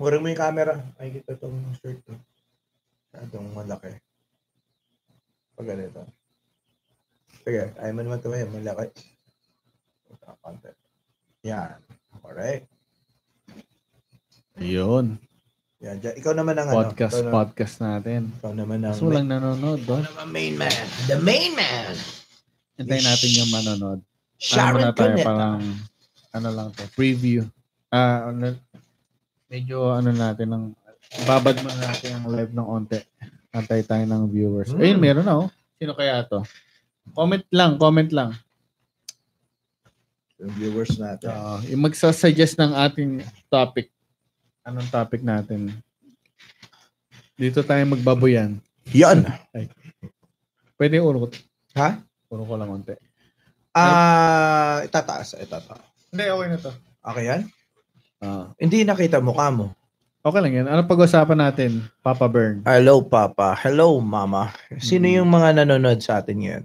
Murang mo yung camera. Makikita tong shirt ko. Masyadong malaki. Pag ganito. Sige, ayaw mo naman tumayo. Malaki. Konti. Yan. Alright. Ayun. Yan. dyan. Ikaw naman ang ano. Podcast, ikaw, na- podcast natin. Ikaw naman ang... Mas walang nanonood, Ikaw Don. naman ang main man. The main man. Hintayin natin yung manonood. Ano Sharon muna Ano tayo Cuneta. parang, ano lang to, preview. Ah, ano, medyo ano natin ng babad man natin ang live ng onte. Antay tayo ng viewers. Hmm. Ayun, meron na oh. Sino kaya to? Comment lang, comment lang. Yung viewers natin. Oo, Ah, yung magsasuggest ng ating topic. Anong topic natin? Dito tayo magbaboyan. Yan. Pwede urot. Ha? Puro ko lang onte. Ah, itataas. Itataas. Hindi, okay na to. Okay yan? Ah. Hindi nakita mukha mo. okay lang yan. Ano pag-usapan natin, Papa Bern? Hello, Papa. Hello, Mama. Sino Mm. yung mga nanonood sa atin ngayon?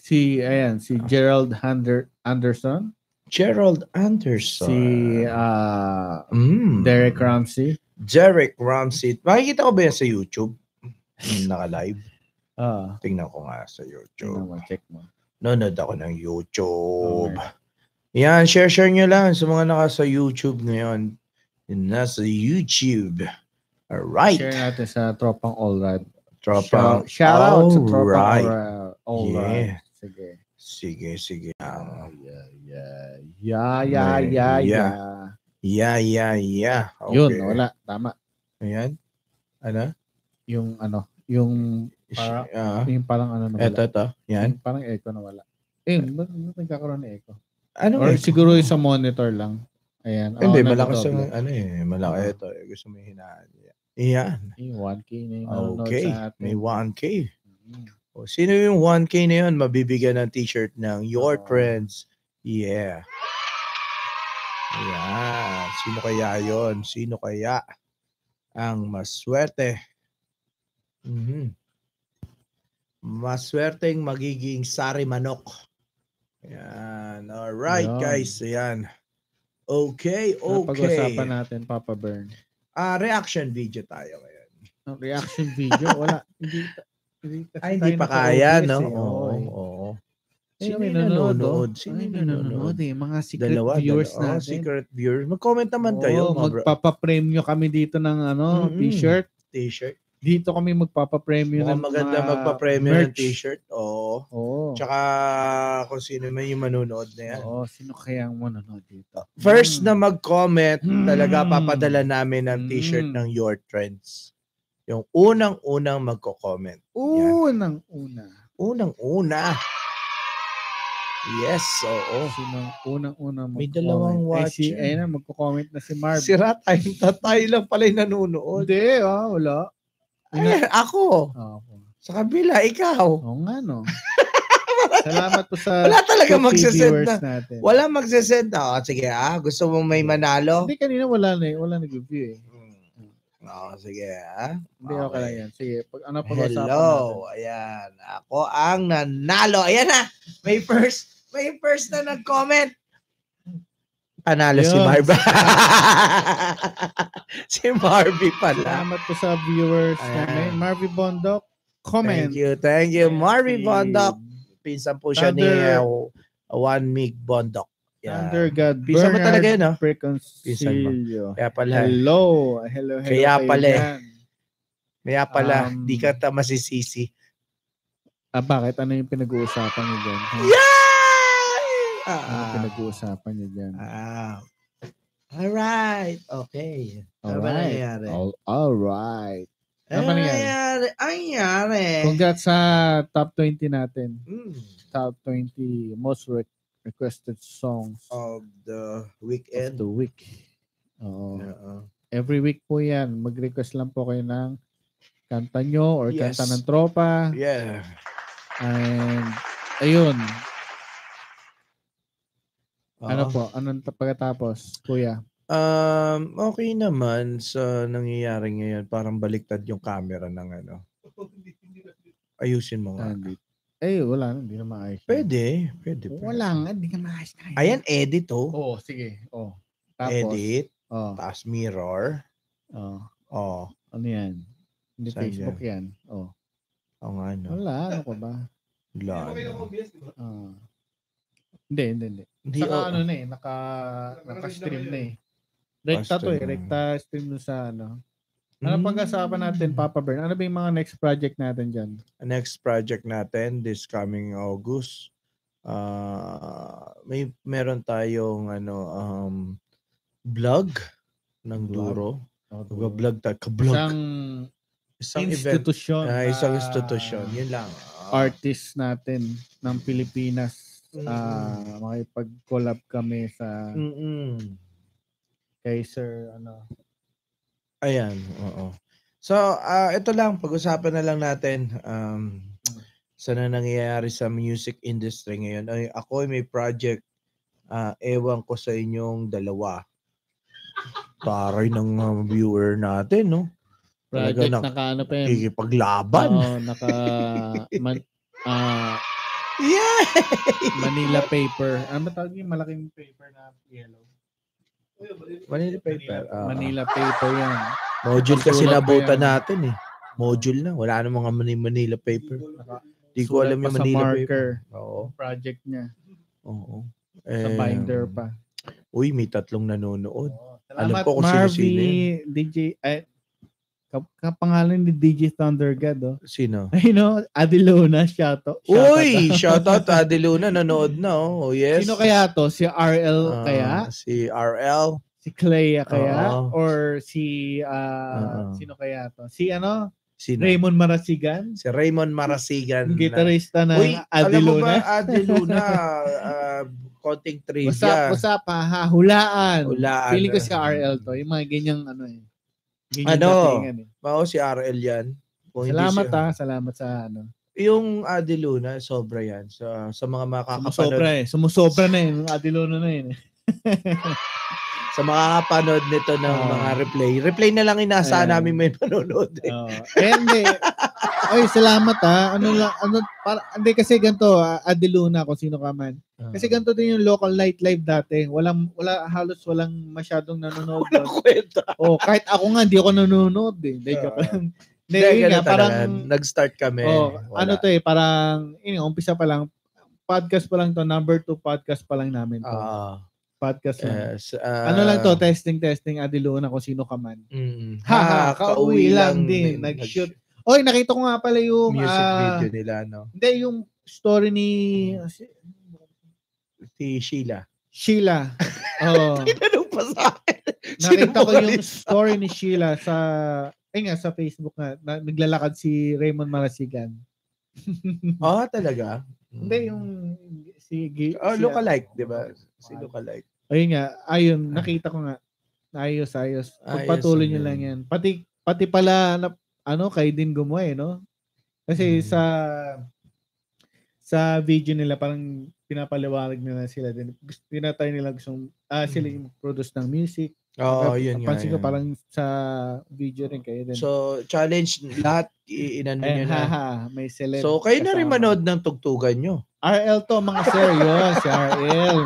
Si, ayan, si Gerald Hander, Anderson, Gerald Anderson. si ah, Mm. Derek Ramsey, Derek Ramsey. Makikita ko ba yan sa YouTube? Yung Naka-live? ah, Tingnan ko nga sa tingnan YouTube. mo, check mo. Nanonood ako ng YouTube. Yan, share-share nyo lang sa mga naka sa YouTube ngayon. Yung Nasa YouTube. Share Alright. natin sa Tropang All Right. Tropa. Shout, shout out sa Tropang Alright. All Right. All Right. Yeah. Sige. Sige, sige. Ah, Yeah, yeah, yeah, yeah, Yeah. yeah, yeah. Yeah, yeah, yeah. Okay. Yun, wala. Tama. Ayan. Ano? Yung ano, yung, Para- Ah, yung parang ano na wala. eto, eto. Yan. Yung Parang echo na wala. Eh, ba't ba't nagkakaroon ng echo? Ano? Or siguro yung sa monitor lang. Ayan. Oh, Oo, Hindi, nandito, malakas black. yung, ano eh, malakas. Ito, eh, gusto mo yung hinaan. Yan. Yung 1K na yung Okay. nanonood sa atin. May 1K. Mm. O, sino yung 1K na yun? Mabibigyan ng t-shirt ng Your Oo. Friends. Yeah. Yeah. Sino kaya yon? Sino kaya ang maswerte? Mhm. Maswerteng magiging sari manok. Yan. Alright, Yan. guys. Yan. Okay, Ano okay. Pag-usapan natin, Papa Bern. Ah, reaction video tayo ngayon. Ang reaction video, wala. Hindi, ta- hindi, kasi Ay, hindi tayo pa kaya, naka-OBS no? eh. Oo. Oo, eh. oo. Ay, Sino may yung nanonood? oh. Sino Ay, yung may nanonood? eh. Mga secret Dalawa, viewers dalawa. Oh, natin. secret viewers. Mag-comment naman Oo, kayo, mga bro. magpapapremyo kami dito ng ano, Mm-mm. t-shirt. T-shirt. Dito kami magpapapremyo Mukhang ng maganda mga magpa-premium ng merch. t-shirt. Oo. Oo. Tsaka kung sino man yung manonood na yan. Oo, sino kaya ang manonood dito? First Mm. na mag-comment, Mm. talaga papadala namin ng Mm. t-shirt ng Your Trends. Yung unang-unang magko-comment. Unang una. Unang-una. Yes, oo. Sino ang unang-una May mag-comment? dalawang Ay, si, watcher. ayun na, magko-comment na si Marv. Sira tayong tatay lang pala yung nanonood. Hindi, ah, wala. Ina- Eh, ako. Oo Sa kabila, ikaw. Oo nga, no. Salamat po sa Wala talaga Shopee magsasend Ah, viewers Hmm. na. natin. Wala magsasend na. Oh, sige ah, gusto mong may manalo? Hindi, kanina wala na eh. Wala nag-review eh. Hmm. Oh, sige ah. Hindi, okay, Okay. lang yan. Sige, pag ano pag-usapan natin. Hello. Ayan. Ako ang nanalo. Ayan na. May first. May first na nag-comment. Panalo si Yun. Marv. si Marvy pala. Salamat po sa viewers Ayan. namin. Marvy Bondoc, comment. Thank you. Thank you. Marvy Si Bondoc. Pinsan po siya ni Thunder- uh, One Mig Bondoc. Yan. Thunder God Pinsan mo Bernard talaga yun, ah? Pinsan Preconcilio. Kaya pala. Hello. Hello, hello. Kaya kayo pala eh. dyan. Kaya pala, Um, di ka ta masisisi. Ah, bakit? Ano yung pinag-uusapan niyo dyan? ha? Yay! Ano yung Ah, pinag-uusapan niyo dyan? ah. Alright. Okay. Ano ba Alright. nangyayari? All, alright. Ano Ano ba ba nangyari? nangyayari? Ang nangyayari. Congrats sa top 20 natin. Mm, Top 20 most re- requested songs of the of weekend. the week. Oo. Oo. Every week po yan. Mag-request lang po kayo ng kanta nyo or Yes. kanta ng tropa. Yeah. And, ayun. Oo. Ano po? Anong ta- pagkatapos, kuya? Um, okay naman sa nangyayari ngayon. Parang baliktad yung camera ng ano. Ayusin mo nga. Andy? Eh, wala. Hindi na maayos. yan. Pwede. Pwede. pwede. Wala nga. Hindi na maayos na. yan. Ayan, edit oh. Oo, sige. Oo. Tapos. Edit. Oo. Tapos mirror. Oh, Oo. ano yan? Hindi Saan Facebook yan. Oh. Oo nga, no? Wala, ano ka ba? Wala. Ah. hindi, hindi, hindi. Hindi, oh, Saka oo. ano na eh, naka, naka-stream na eh. Rekta to eh, Naka-stream. rekta stream na sa ano. Ano pag-asapan natin, Mm. Papa Bern? Ano ba yung mga next project natin dyan? next project natin this coming August. ah may meron tayong ano um vlog ng Vlog. Duro. Oh, Mag-vlog tayo, ka-vlog. Isang, Isang, event. institusyon. ah, isang na institution. Yun lang. Ah, Artist natin ng Pilipinas. Mm. Ah, makipag-collab kami sa Hmm. mm-mm. kay Sir ano. Ayan, oo. So, ah, ito lang, pag-usapan na lang natin um, sa na nangyayari sa music industry ngayon. Ay, ako ay may project, ah, ewan ko sa inyong dalawa. Taray ng ah, viewer natin, no? Talaga Project na- naka ano pa yun. Kikipaglaban. Oo, naka man, ah, Yeah! Manila paper. Ano ba tawag yung malaking paper na yellow? Manila paper. ah. Manila paper yan. Module kasi Sulat pa nabutan yan. natin eh. Module na. Wala namang mga Mani- Manila paper. Hindi ko alam yung Sulat pa sa Manila paper. marker. Oo. Project niya. Oo. Sa Eh, binder pa. Uy, may tatlong nanonood. alam Salamat, ko kung sino-sino Marvy, DJ, eh, kap- kapangalan ni DJ Thunder God, oh. Sino? Ay, no? Adelona, Shato. Uy, shoutout Ate Luna, nanood na. Oh, Oh, yes. Sino kaya to? Si RL Ah, kaya? Si RL. Si Clea kaya? Oo. Or si, ah, Oo. sino kaya to? Si ano? Sino? Raymond Marasigan? Si Raymond Marasigan. Yung gitarista ng Ano? Uy, alam mo ba, Adelona. Ate Luna, ah, konting trivia. Usap, usap, ha, ah, ha, hulaan. Hulaan. Feeling ko si RL to. Yung mga ganyang ano eh. Ganyang Ano? datingan eh. Mao, si RL yan. Kung hindi Salamat ah. si- ha, salamat sa ano. Yung Ate Luna, sobra yan. Sa, sa mga Sumusobra makakapanood, eh. Sumusobra na yun. Yung Adelona na yun. eh. sa makakapanood nito ng Ah. mga replay. Replay na lang inaasahan Ayan. namin may manonood. Eh. Oo. Eh, hindi. Oy, salamat ha. Ano lang, ano, para, hindi kasi ganito, ah, Adeluna kung sino ka man. Kasi ganito din yung local nightlife dati. Walang, wala, halos walang masyadong nanonood. Walang kwenta. oh, kahit ako nga, hindi ako nanonood eh. Hindi, Oo. joke lang. Hindi, Hindi, yun nga, ganun parang, talaga. Nag-start kami. oh, Wala. ano to eh, parang, yun, nga, umpisa pa lang, podcast pa lang to, number two podcast pa lang namin to. Ah, podcast lang. yes, ah, ano lang to, testing, testing, Adeluna kung sino ka man. Mm. Ha, ha, kauwi lang din. Nag-shoot. Oy, nakita ko nga pala yung, Music ah, video nila, no? Hindi, yung story ni Si Sheila. Sheila. Oh. Oo. Tinanong pa sa akin. nakita ko yung Sinungaling. story ni Sheila sa, ay nga, sa Facebook nga, na, naglalakad si Raymond Marasigan. Ah, talaga? Mm. Hindi, yung si... Gi- Ah, si- lookalike, di ba? Si lookalike. Ayun nga, ayun, nakita ko nga. Ayos, ayos. Ayos, Pagpatuloy nyo ayun. lang yan. Pati, pati pala, na, ano, kay din gumawa eh, no? Kasi Mm. sa sa video nila, parang pinapaliwanag nila sila din. Gusto- Tinatry nila gustong, ah, sila Mm. yung produce ng music. Oo, Kaya Oh, yun nga. Pansin ko yun. parang sa video rin kayo din. So, challenge lahat, i- inano nyo na. Ayan, Eh, haha, may celeb. So, kayo na rin kasama. manood ng tugtugan nyo. RL to, mga sir, yun, si RL.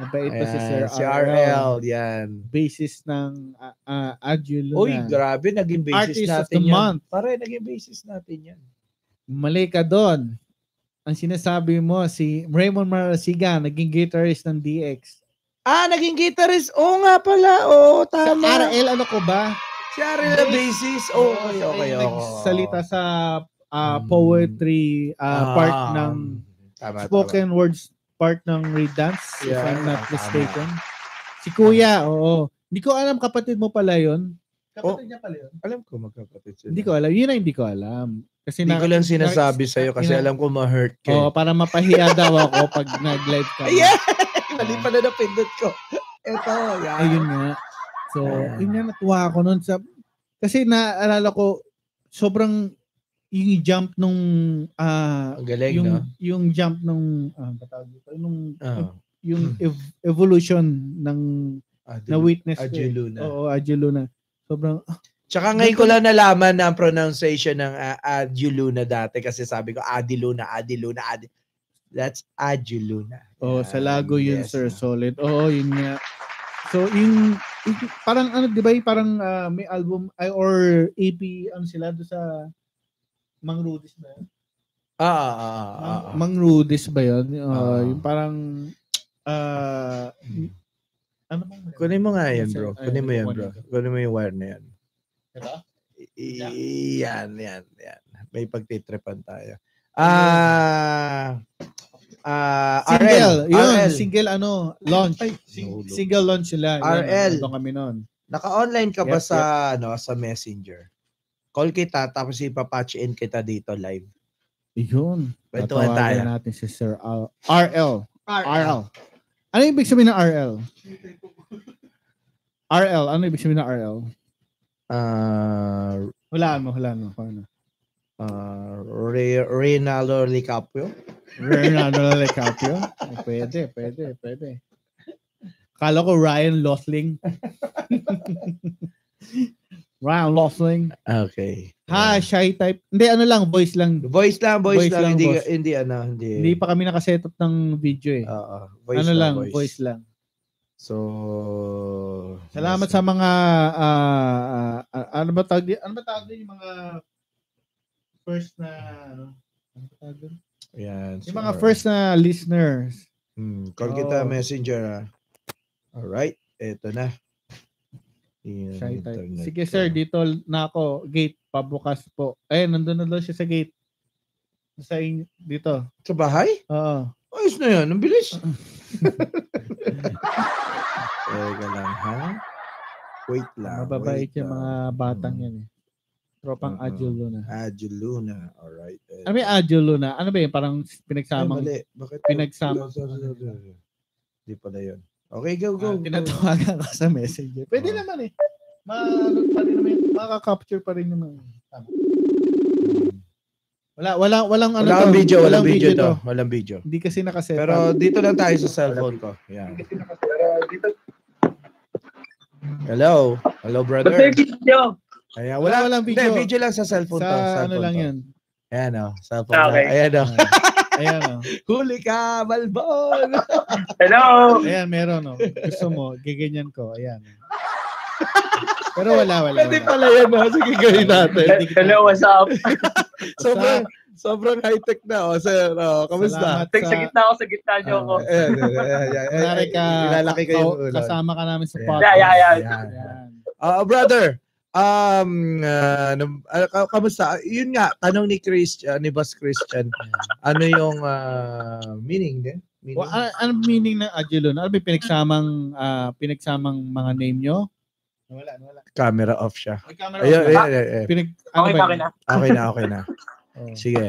Mabait pa si Sir Ayan, si RL, yan. basis ng uh, uh, Adyo Uy, Luna. grabe, naging basis Artist of natin the yan. month. Pare, naging basis natin yan. Mali ka doon. Ang sinasabi mo, si Raymond Marasigan, naging guitarist ng DX. Ah, naging guitarist. Oo nga pala. Oo, Sa tama. RL, ano ko ba? Si Ariel na basis. Oh, okay, Siya okay, okay. yung Nagsalita sa Mm. ah, poetry ah, part Ah, ng tama, spoken words part ng redance, if Yeah, I'm not tama. mistaken. Si Kuya, oo. Hindi ko alam, kapatid mo pala yun. Kapatid niya pala yun? Tama. Alam ko magkapatid sila. Hindi ko alam. Yun ang hindi ko alam. Kasi Hindi na- ko lang sinasabi sa iyo kasi Ina- Oh. alam ko ma-hurt ka. Oo, para mapahiya daw ako pag nag-live ka. eh. Ayan! Mali pala na pindot ko. Ito, yan. Ayun nga. So, yun nga natuwa ako nun sa... Kasi naalala ko, sobrang yung jump nung... ah, Ang galing, yung, no? yung jump nung... ah, ang tawag dito? Nung, Ah, yung Hmm. ev- evolution ng Adil- na-witness ko. eh. Adiluna. Oo, Adjuluna. Sobrang... ah, Tsaka ngayon ko lang nalaman na ang pronunciation ng uh, Adiluna dati kasi sabi ko Adiluna, Adiluna, Adi. That's Adiluna. Oh, sa lago yun, Ah, Yes. sir. Solid. Oo, yun nga. So, yung parang ano, 'di ba? yung Parang ah, may album ay or EP ano sila do sa Mang Rudis ba? yun? Ah, ah, ah, ah, ah. Mang Rudis ba 'yon? Ah. yung parang ah ano bang Kunin mo nga yan, Yes, bro. ayun, Kunin mo ayun, yan, kunin bro. ko. Kunin mo yung wire na yan. Diba? I- Yan, yan, yan. May pagtitripan tayo. Ano Ah, ah, Single, RL. yun, RL. single ano, launch. Ay, Sing- no, single launch sila. Yun, RL. nandun kami noon. Naka-online ka Yep, ba sa ano sa Messenger? Call kita tapos ipapatch in kita dito live. Yun. Kwentuhan tayo. Tatawagan natin si Sir Al- RL. RL. Ano yung ibig sabihin ng RL? RL, ano ibig sabihin ng RL? Ah, Hulaan mo, hulaan mo. kung Ano? ah, Re- Reynaldo Licapio. Ronaldo DiCaprio? Eh, Pwede, pwede, pwede. Kala ko Ryan Losling. Ryan Losling. Okay. Ha, shy type. Hindi, ano lang, voice lang. Ah. Voice lang, voice, Voice lang, lang, hindi boss. hindi ano, hindi. Hindi pa kami nakasetup ng video eh. Oo, Uh, voice ano lang, voice. voice. lang. So Salamat sa mga, ah, ah, ah, ano ba tawag, di- ano ba tawag din yung mga first na, ano, ano ba tawag din? Yan. Yung so, mga first na listeners. Hmm, call kita Oh. Messenger. ah. Alright, eto na. Yan, Shy type. internet Sige ko. sir, dito na ako. Gate, pabukas po. Eh, nandun na daw siya sa gate. Sa in- dito. Sa bahay? Oo. Ayos na yan. Ang bilis. Teka lang, ha? Wait lang. Mababait wait yung lang. mga batang yan eh. Tropang Mm-mm. Adjo Luna. Adjo Luna. Alright. eh. Ano may Adjo Luna? Ano ba yun? Parang Ay, pinagsamang mali. Bakit? pinagsama- Hindi pala yun. Okay, go, go. Ah, go. tinatawagan ka sa messenger. Pwede Oo. naman eh. Ma ano pa rin naman, yun. makaka-capture pa rin naman. Tama. Wala, wala, walang ano. Walang to. video. Walang video to. Walang video. Hindi kasi nakaset. Pero dito lang tayo sa cellphone ko. Yan. Hello. Hello, brother. Basta yung video. Ayan, Wala, wala, walang video. Hindi, video lang sa cellphone to. sa ano cellphone lang to. yan. Ayan o. Cellphone to. Ah, Okay. Ayan o. Ayan oh. o. Huli ka, Balbon! Hello! Ayan, meron o. Gusto mo, giganyan ko. Ayan. Pero wala, wala. Pwede wala. pala yan, ha? Sige, gawin natin. Hello, what's up? Sobrang, sobrang high-tech na, o. Sir, o, kamusta? Salamat Tek, sa sa... eh, gitna ako, sa gitna niyo ako. Ayan, ayan, ayan, ayan, ayan. Kunwari ka, Ilalaki ko yung ka- ulo. kasama ka namin sa Ayan. podcast. Yeah, yeah, yeah. Ayan. Ayan. Ah, brother, um, ah, nam- ah, ka- kamusta? Yun nga, tanong ni Chris, ah, ni Boss Christian, ano yung ah, meaning din? Meaning? Well, ano, ano meaning ng Agilon? Ano ba yung pinagsamang ah, pinagsamang mga name nyo? Wala, wala. Camera off siya. May camera. Ayun, wala. ayun, ayun, ayun. Pinag, ano Okay, ba bakit yun? na? Okay na, okay na. Oh. Sige.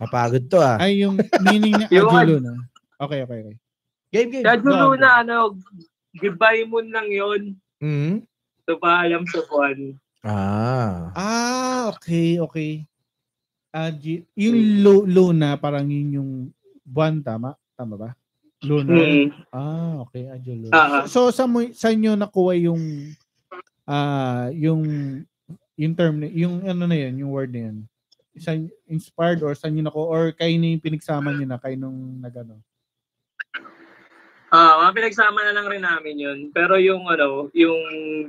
Kapagod to, ah. Ay, yung meaning ng Yun. Agilon. ah. Okay, okay, okay. Game, game. Dadyo Grabe. Luna, ano, goodbye moon lang yun. Mhm. So, paalam sa buwan. Ah. Ah, okay, okay. Agi, Hmm. yung lo, Luna, parang yun yung buwan, tama? Tama ba? Luna. Hmm. Ah, okay, Agilon. Ah, ah. So, sa, mo- sa inyo nakuha yung ah yung yung term na- yung ano na yun, yung word na yun. Sa inspired or sa inyo nako or kayo na yung pinagsama niyo na kayo nung nagano. Ah, mga pinagsama na lang rin namin yun. Pero yung ano, yung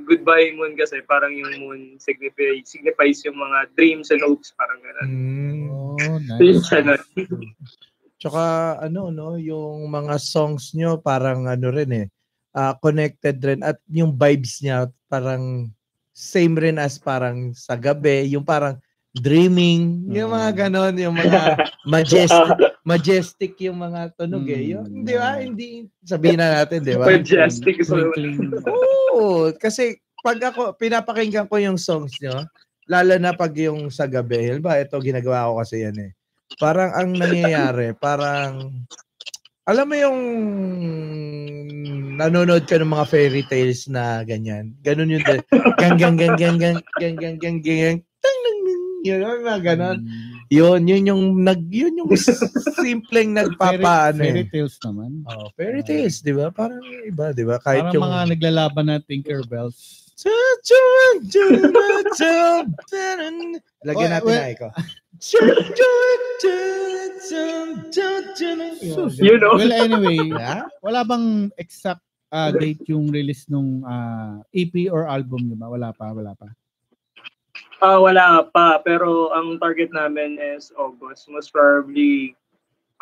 goodbye moon kasi parang yung moon signify, signifies yung mga dreams and hopes, parang gano'n. Mm. Oh, Yun nice. siya nun. Tsaka ano no, yung mga songs nyo parang ano rin eh, ah, connected rin at yung vibes niya parang same rin as parang sa gabi, yung parang dreaming, yung mga Mm. ganon, yung mga majestic, majestic yung mga tunog eh. Mm. Yun, di ba? Hindi, sabihin na natin, di ba? Majestic. So, Twinkling. Oo, kasi pag ako, pinapakinggan ko yung songs nyo, lalo na pag yung sa gabi, ba, ito ginagawa ko kasi yan eh. Parang ang nangyayari, parang, alam mo yung nanonood ka ng mga fairy tales na ganyan. Ganun yun din. Gang, gang, gang, gang, gang, gang, gang, gang, gang, gang, Tang, nang, nang. Yun, yun, mga ganon. Mm. Yun, yun yung nag, yun yung simpleng nagpapaano Fairy, fairy eh. tales naman. Oh, fairy tales, di ba? Parang iba, di ba? Kahit Parang yung... mga naglalaban na Tinkerbells. Lagyan Oy, natin well- na ikaw. you know, Well, anyway, Yeah? wala bang exact ah, date yung release nung ah, EP or album nyo ba? Wala pa, wala pa. Ah, wala pa. Pero ang target namin is August. Most probably,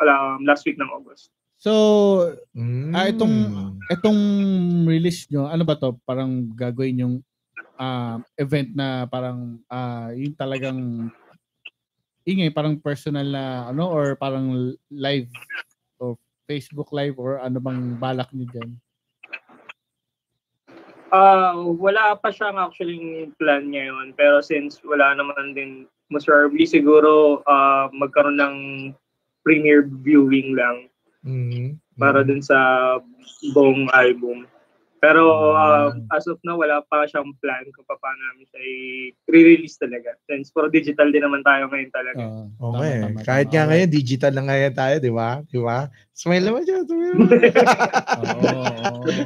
wala, um, last week ng August. So, Mm. Ah, itong- etong release nyo, ano ba to? Parang gagawin yung ah, event na parang ah, yung talagang ingay, parang personal na ano or parang live or Facebook live or ano bang balak nyo dyan? Ah, wala pa siyang actually plan ngayon. Pero since wala naman din, most probably siguro ah, magkaroon ng premiere viewing lang Mm. para Mm. dun sa buong album. Pero ah, Mm. as of now, wala pa siyang plan kung paano namin siya i-release talaga. Since for digital din naman tayo ngayon talaga. Oo, tama, Okay. tama, Kahit tama. nga ngayon, digital na ngayon tayo, di ba? Di ba? Smile naman siya. Smile naman. ah, Oo, oo, oo. Oh.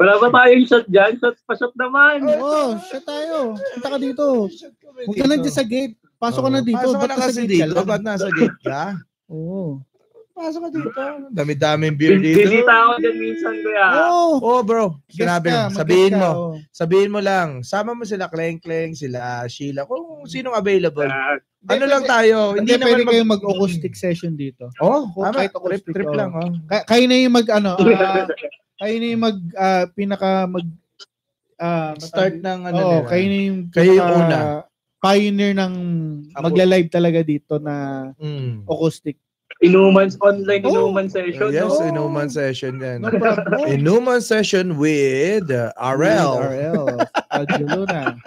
Wala ba tayong shot dyan? Shot pa shot naman! Oh, siya tayo. Punta ka dito. Huwag ka lang dyan sa gate. Pasok ka na dito. Oh. Pasok ka Ba't na nasa kasi gate ka dito. lang? Ba't nasa gate ka? Oo. Pasok ka dito. Dami-daming beer dito. Bisita ako dyan minsan, kuya. Oo. Oh bro, Guest sinabi ka, mo, mag-guest sabihin ka, mo, oo. sabihin mo lang, sama mo sila Kleng Kleng, sila Sheila, kung sinong available. Ah, ano lang tayo, Hmm. Hindi hindi pwede naman kayong mag-acoustic session dito. Oh, Oh, tama, kahit trip, acoustic, trip oh. lang oh. Ka- kayo na yung mag ano, ah, kayo na yung mag ah, pinaka mag ah, Start ng ano Oo, nila. kayo na yung Kayo yung pinaka- una. pioneer ng Ako. magla-live talaga dito na Mm. acoustic. Inumans, online Oh. inuman session. Yes, no? inuman session yan. No problem. Inuman session with uh, RL. RL. Aljo Luna.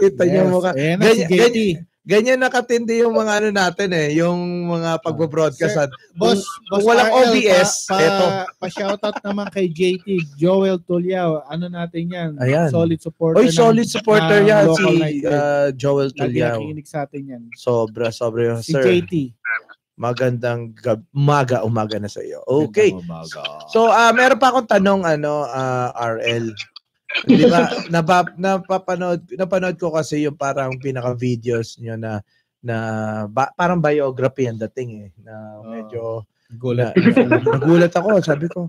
Kita niyo Yes. mukha. Ayan na si Ganyan, JT. ganyan, ganyan nakatindi yung mga ano natin eh, yung mga pagbo-broadcast. Ah, Sir, at- Boss, boss kung walang RL, OBS, pa, eto. pa, shoutout naman kay JT, Joel Tulyao. Ano natin yan? Ayan. Solid supporter. Oy, ng- solid supporter ng yan ah, local si night live. uh, Joel Lagi Tulyao. nakikinig sa atin yan. Sobra, sobra yun, Si sir. JT. Magandang gab- umaga, umaga na sa iyo. Okay. So, ah meron pa akong tanong, ano, ah, RL. Di ba, napa, napapanood, napanood ko kasi yung parang pinaka-videos nyo na na ba- parang biography ang dating eh Ah, na medyo Gulat. na- na- nagulat ako sabi ko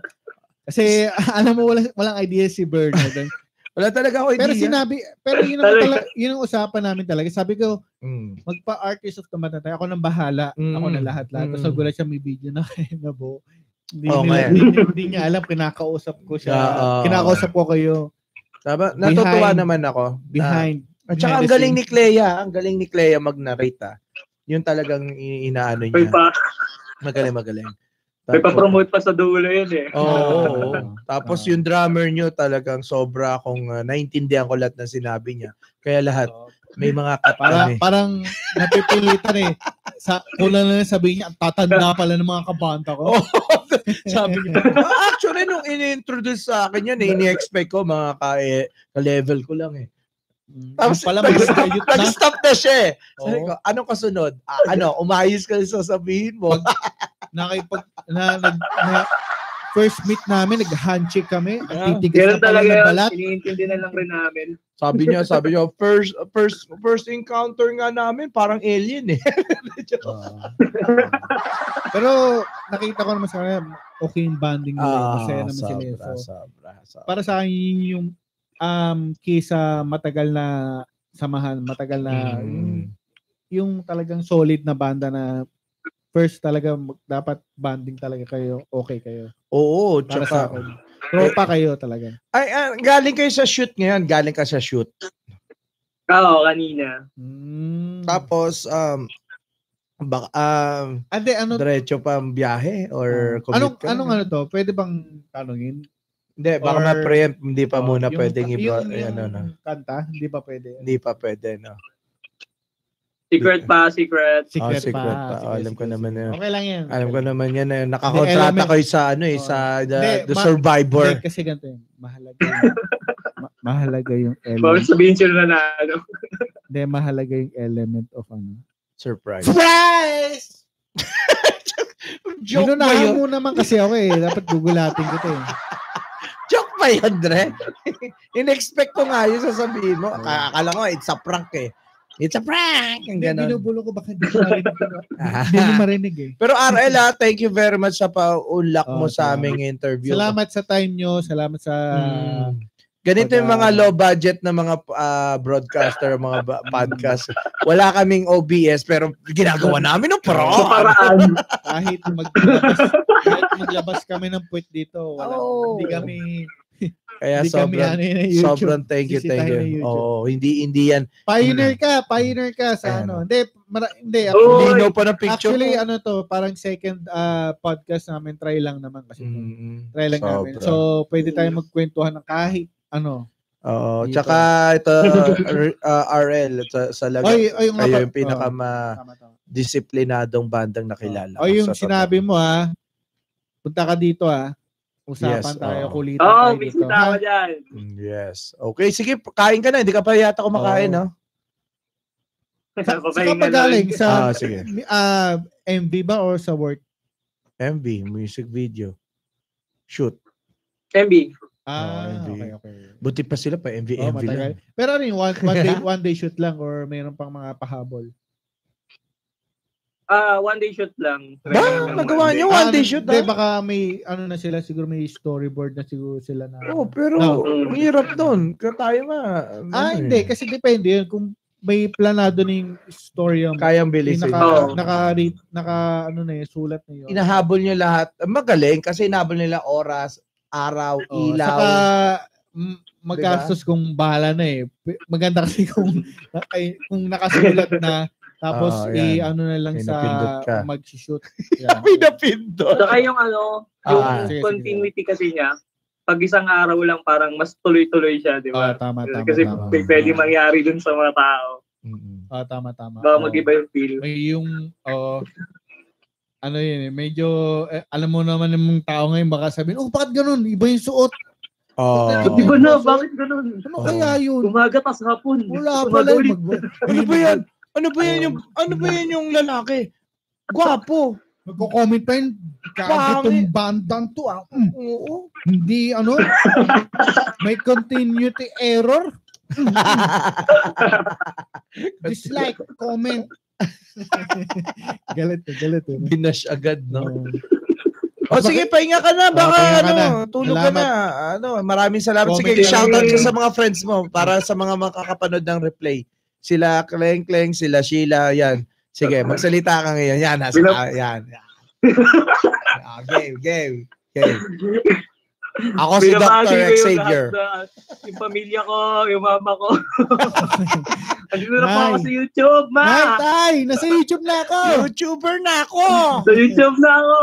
Kasi alam mo walang walang idea si Bernard. wala talaga ako idea pero sinabi pero yun ang, Talaga. tala, yun ang usapan namin talaga. Sabi ko Mm. magpa-artist of tumatanda. Ako nang bahala. Ako Mm. na lahat-lahat. Tapos Mm. nagulat siya may video na kay na bo. Hindi, Oo, nila, kaya. hindi, hindi niya alam kinakausap ko siya. Oo. kinakausap ko kayo Tama, natutuwa Behind- naman ako na- behind. Ah. at saka behind ang the galing ni scenes. Clea ang galing ni Clea mag-narrate ah. yun talagang i- inaano May, niya pa, magaling magaling may Tapos- pa-promote pa sa dulo yun eh. Oo. Ah. oo. Tapos yung drummer nyo talagang sobra akong uh, naintindihan ko lahat ng sinabi niya. Kaya lahat may mga Para, katami. Parang napipilitan eh. Sa, kulang na lang sabihin niya, ang tatanda pala ng mga kabanta ko. Oo. Sabi niya. "Ah, Actually, nung in-introduce sa akin yan, eh, ini-expect ko mga ka, eh, ka-level ko lang eh. Mm, Tapos, yun pala nag-stop, magkakayot na. nag-stop na siya eh. Sabi Oo. ko, anong kasunod? Ah, ano, umayos ka sa sasabihin mo. nakipag na, nag na, first meet namin nag-handshake kami Yeah. ang titigas na Ah, Ganun pala talaga ng yun. balat Iniintindi na lang rin namin. Sabi niya, sabi niya, first first first encounter nga namin, parang alien eh. Ah. pero nakita ko naman sa kanila okay yung bonding nila masaya naman sila eh. so, Ah, sobra, sobra. para sa akin yun yung um kisa matagal na samahan matagal na Mm. yung talagang solid na banda na first talaga mag- dapat banding talaga kayo okay kayo Oo, para tsaka, sa akin tropa kayo talaga Ay, ah, galing kayo sa shoot ngayon. Galing ka sa shoot. Oo, kanina. mm. Tapos, um, baka, um, ande ano diretso pa ang biyahe or Oh. anong, commute ka anong na? ano to? Pwede bang tanongin? Hindi, baka or- ma-preempt. Hindi pa Oh, muna yung- pwedeng iba. yung- Ayan, ano. Ah, yung kanta, hindi pa pwede. Hindi pa pwede, no? Secret pa, secret. Oh, secret Secret, pa. pa. Sige, Oh, alam ko sige, naman sige. yun. Okay lang yan. Alam ko naman yan. Eh. Nakakontrata element- kayo sa ano eh, Oh. sa the, Hindi, the ma- survivor. Hindi, kasi ganito yun. Mahalaga yung, ma- mahalaga yung Bawal element. sabihin sila na ano. Hindi, mahalaga yung element of ano. Surprise. Surprise! Joke ba Minunahan yun? mo naman kasi ako eh. Dapat gugulatin ko to eh. Joke ba yun, Dre? In-expect ko nga yun sasabihin mo. Oh. Akala ko, it's a prank eh. It's a prank! Ang Hindi, ganon. binubulo ko baka di ko marinig. Ah. Hindi mo marinig eh. Pero RL ah, thank you very much sa paulak mo Oh, sa salamat. aming interview. Hmm. Salamat sa time nyo. Salamat sa... Mm. Ganito yung mga Pag, ah, low budget Ah. na mga ah, broadcaster, mga ba- podcast. Wala kaming OBS pero ginagawa namin ng Sa paraan. paraan. kahit maglabas, kahit maglabas kami ng puwet dito, wala, Oo. hindi kami, Kaya hindi kami sobrang ano yun, eh, YouTube. sobrang thank you, thank Sisitahin na you. YouTube. Oo, hindi hindi yan. Pioneer ka, pioneer ka sa Ano Ayan. ano. Hindi, mara- hindi. Oo, Actually, Hindi no pa ng picture. actually, mo. ano to, parang second ah, podcast namin, try lang naman kasi. to. Mm, Try lang sobra. namin. So, pwede tayong magkwentuhan ng kahit ano. Oo, Dito. tsaka ito R- ah, RL sa, sa laga. Oy, oy, yung kayo mga- oh, yung pinaka Oo, ma- tama, tama. disiplinadong bandang nakilala. O ko oh. yung sa totoo. sinabi mo ha, punta ka dito ha, usapan Yes, tayo, oo. kulitan Oo, tayo dito. bisita ako dyan. Mm, Yes. Okay, sige, kain ka na. Hindi ka pa yata kumakain, no? Sa, sa Papahinga lang. kapagaling, sa Ah, sige. ah, MV ba or sa work? MV, music video. Shoot. MB. Ah, hindi. okay, okay. Buti pa sila pa, MV, Oh, MV matagal. lang. Pero ano yun, one, one, day, one day shoot lang or mayroon pang mga pahabol? Ah, one day shoot lang. Try Ba? lang ng Nagawa one niyo? day. One day Ah, shoot Hindi, lang? baka may, ano na sila, siguro may storyboard na siguro sila na. Oh, pero No. ang hirap doon. Kaya tayo ma. ah, ano hindi. eh. Kasi depende yun. Kung may planado na yung story yung, Kayang yung bilisin. naka, Oo. naka, naka, ano na yun, sulat na yun. Inahabol niyo lahat. Magaling kasi inahabol nila oras, araw, Oo, ilaw. Diba? Saka, mm, magastos kung bahala na eh. P- Maganda kasi kung, ay, kung nakasulat na, tapos Oo, yan. i-ano na lang May sa napindot ka. mag-shoot. Yan. May napindot. Saka yung ano, yung Ah, sige, sige. continuity kasi niya, pag isang araw lang parang mas tuloy-tuloy siya, di Ah, ba? tama, tama, kasi tama. may pwede mangyari dun sa mga tao. Mm-mm. Ah, tama, tama. Baka Oo. mag-iba yung feel. May yung, oh, ano yun eh, medyo, eh, alam mo naman yung mga tao ngayon, baka sabihin, oh, bakit ganun? Iba yung suot. Oh. Oo. Di ba na, bakit ganun? Ano Oo. kaya yun? Umaga tas hapon. Wala Umaga pala. ulit. yun. Mag- Ano ba yan? Ano ba yan yung ano ba yan yung lalaki? Gwapo. Magko-comment pa yun. Gago tong bandang to ah. Mm. Oo. Hindi, ano? May continuity error. Dislike, comment. galit to, galit eh. to. Binash agad, no? O sige, pahinga ka na. Baka Oh, pahinga ka ano, na. tulog ka na. Ano, maraming salamat. Sige, Comment shoutout lang. ka sa mga friends mo para sa mga makakapanood ng replay. Sila Kleng Kleng, sila Sheila, yan. Sige, magsalita ka ngayon. Yan, nasa, Bilang- ah, yan. yan. Ah, game, game, game. Ako Oh, si Pinabahagi Dr. ko yung Xavier. lahat na- yung pamilya ko, yung mama ko. Andito na po Nay. ako sa YouTube, ma! Ay, tay! Nasa YouTube na ako! YouTuber na ako! Sa YouTube na ako!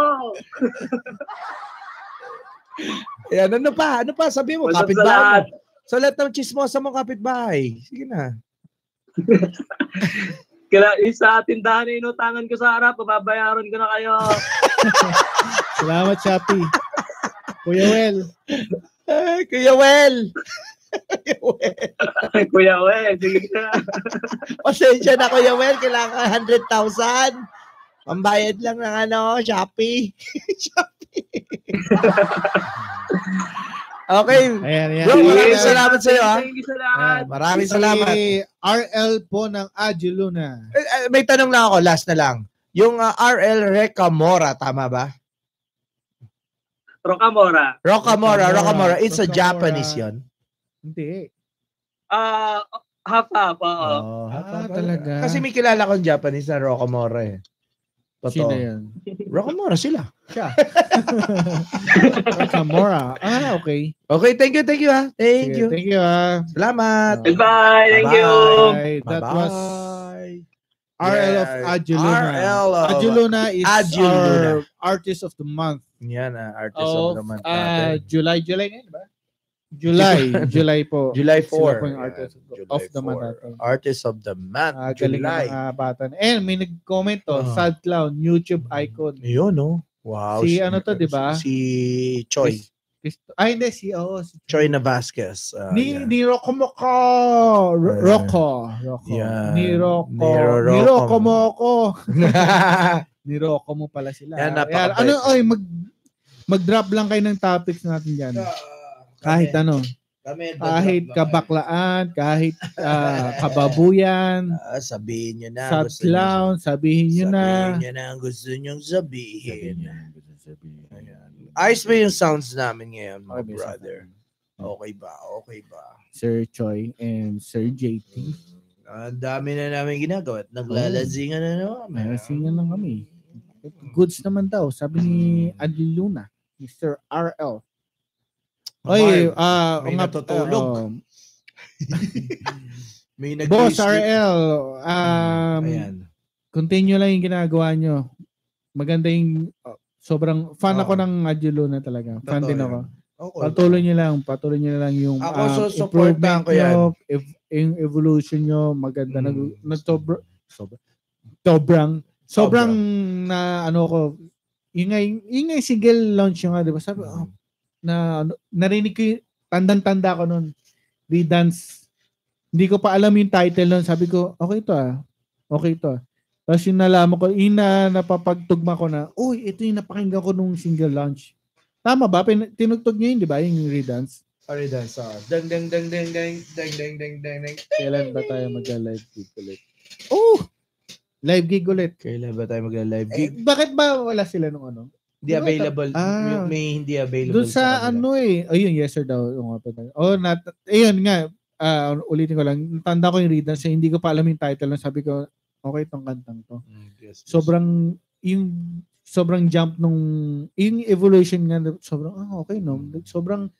Ayan, ano pa? Ano pa? Sabi mo, What's up sa kapitbahay lahat? mo. Sa lahat ng chismosa mo, kapitbahay. Sige na. Kala, yung sa tindahan na inutangan ko sa harap, babayaran ko na kayo. Salamat, Shopee. Kuya Well, Ay, Kuya Well! Kuya Well. Kuya, we, sige na. Pasensya na Kuya Well, kailangan 100,000. Pambayad lang ng ano, Shopee. Shopee. okay. ayan, ayan. Bro, Oh, maraming Yes. salamat sa iyo, ha? Thank you sa lahat. Maraming Si salamat. RL po ng Agiluna. Eh, eh, May tanong lang ako, last na lang. Yung ah, RL Recamora, tama ba? Rocamora, Rocamora. Rocamora. Rocamora. It's a Rocamora. Japanese yon. Hindi. Ah, half-half, oo. Oh. Ah, talaga. Kasi may kilala kong Japanese na Rocamora eh. Sino Totoo. yun? Rocamora sila. Siya. Kamora. Ah, okay. Okay, thank you, thank you ha. Thank Sige, you. Thank you, ah. Salamat. Goodbye, thank you. Bye. That was Bye-bye. RL of Yeah, Agiluna. RL of Agiluna is Agiluna. our artist of the month Yan na, artist of of the month uh, natin. July. July ngayon ba? July. July po. July 4. Sila po yung artist Yan, of the- July of the month 4. natin. Artist of the month. Ah, galing July. ng mga bata. na- And may nag-comment to, Ah. sad clown, YouTube icon. Yun, no? Wow. Si ano to, di ba? Si Choi. Chris- Christ- Ay, hindi, si, oo, si Choi na Vasquez. Ah, ni yan. ni Rocco Moco. Ro- Eh, Rocco. Rocco. yan. Ni Rocco. Ni Ni Rocco. Rocco Moco. Ni Rocco mo pala Yan, sila. Yan, napakabait. ano, oy, mag, mag-drop lang kayo ng topics natin dyan. Kahit ano. Kami, dadlak Kahit lang kabaklaan, kahit ah, kababuyan, kayo. Ah, sabihin nyo na. sad gusto nyo- clown, sabihin nyo na. Sabihin nyo na ang gusto nyong sabihin. Sabihin nyo. Ayan. Ayos ba yung sounds namin ngayon, mga Okay, may brother? sound. Okay ba? Okay ba? Sir Choi and Sir JT. Ah, Ang dami na namin ginagawa at naglalazingan na naman. ah. Naglalazingan na kami. Goods naman daw, sabi ni Adil Luna, Mr. RL. Oy, Marv, ah, may o nga, natutulog. oo. may nag Boss RL, um, Ayan. continue lang yung ginagawa nyo. Maganda yung, oh, sobrang, fan Oo. ako ng Adil Luna talaga. Fan Totoo din yun. ako. Okay. Patuloy nyo lang, patuloy nyo lang yung Ako, um, so, supportan improvement ko yan. nyo, ev- yung evolution nyo, maganda. Nag, Mm. nag sobra, sobra- sobrang, sobrang na ano ko, yun nga, yung- yun nga yung single launch nyo nga, di ba? Sabi, ah, oh, Hmm. na ano, narinig ko yung, tandang-tanda ko nun, We Dance. Hindi ko pa alam yung title nun. Sabi ko, okay to ah. Okay to ah. Tapos yung nalaman ko, yung na, napapagtugma ko na, uy, ito yung napakinggan ko nung single launch. Tama ba? Pin- tinugtog niya yun, di ba? Yung Redance. Sorry, Dan. Sa dang dang dang dang dang dang dang dang dang dang. Kailan ba tayo magla-live gig ulit? Oh! Live gig ulit. Kailan ba tayo magla-live Eh, gig? bakit ba wala sila nung ano? Hindi diba, available. ah. may, may hindi available. Doon sa kanila. ano eh. Ayun, yes sir daw. Yung nga pa. Oh, nat ayun nga. ah, ulitin ko lang. Natanda ko yung read na siya. Hindi ko pa alam yung title. na Sabi ko, okay tong kantang to. Mm, yes, yes. Sobrang, yung sobrang jump nung, yung evolution nga, sobrang, ah, okay no. Mm. Sobrang,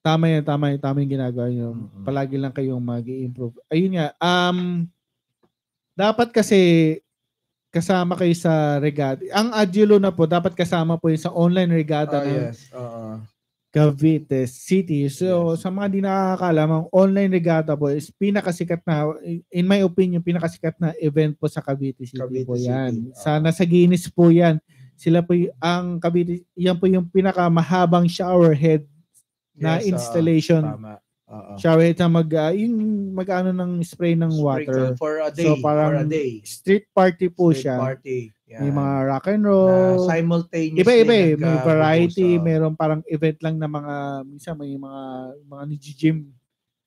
tama yan, tama yan, tama yung ginagawa nyo. Mhm. Palagi lang kayong mag improve Ayun nga, um, dapat kasi, kasama kayo sa regatta. Ang Adyulo na po, dapat kasama po yun sa online regatta Ah, ng yes. Oo. Cavite City. So, Yes. sa mga di nakakaalam, ang online regatta po is pinakasikat na, in my opinion, pinakasikat na event po sa Cavite City Cavite po City, Ah. yan. oo. Sana sa Guinness po yan. Sila po y- ang Cavite, yan po yung pinakamahabang showerhead Yes, na oo. installation. Tama. Oo. showerhead na mag, ah, yung mag-ano ng spray ng Sprinkle water. For a day. So, parang for a day. Street party po Street siya. Party. Yan. May mga rock and Na roll. simultaneously. Iba-iba eh. May nagka- variety. sa- Meron parang event lang na mga, minsan may mga, mga ni gym.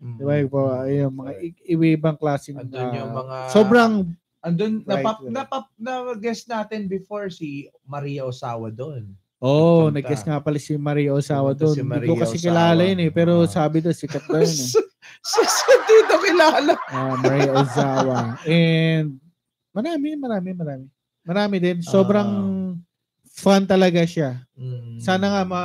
Mm. Di ba? Yung, po, ayun, mga i- iba-ibang klaseng. Andun yung ah, mga... sobrang, Andun, Right, napap, right. napap, na-guess natin before si Maria Osawa doon. oh, Punta. nag-guess nga pala si Mario Osawa Pumunta doon. si Hindi ko Maria kasi Ozawa. kilala yun eh. Pero Ah. sabi doon, sikat daw yun eh. Sa dito kilala. Ah, Maria Ozawa. And marami, marami, marami. Marami din. Sobrang Ah. fun talaga siya. Mm. Sana nga ma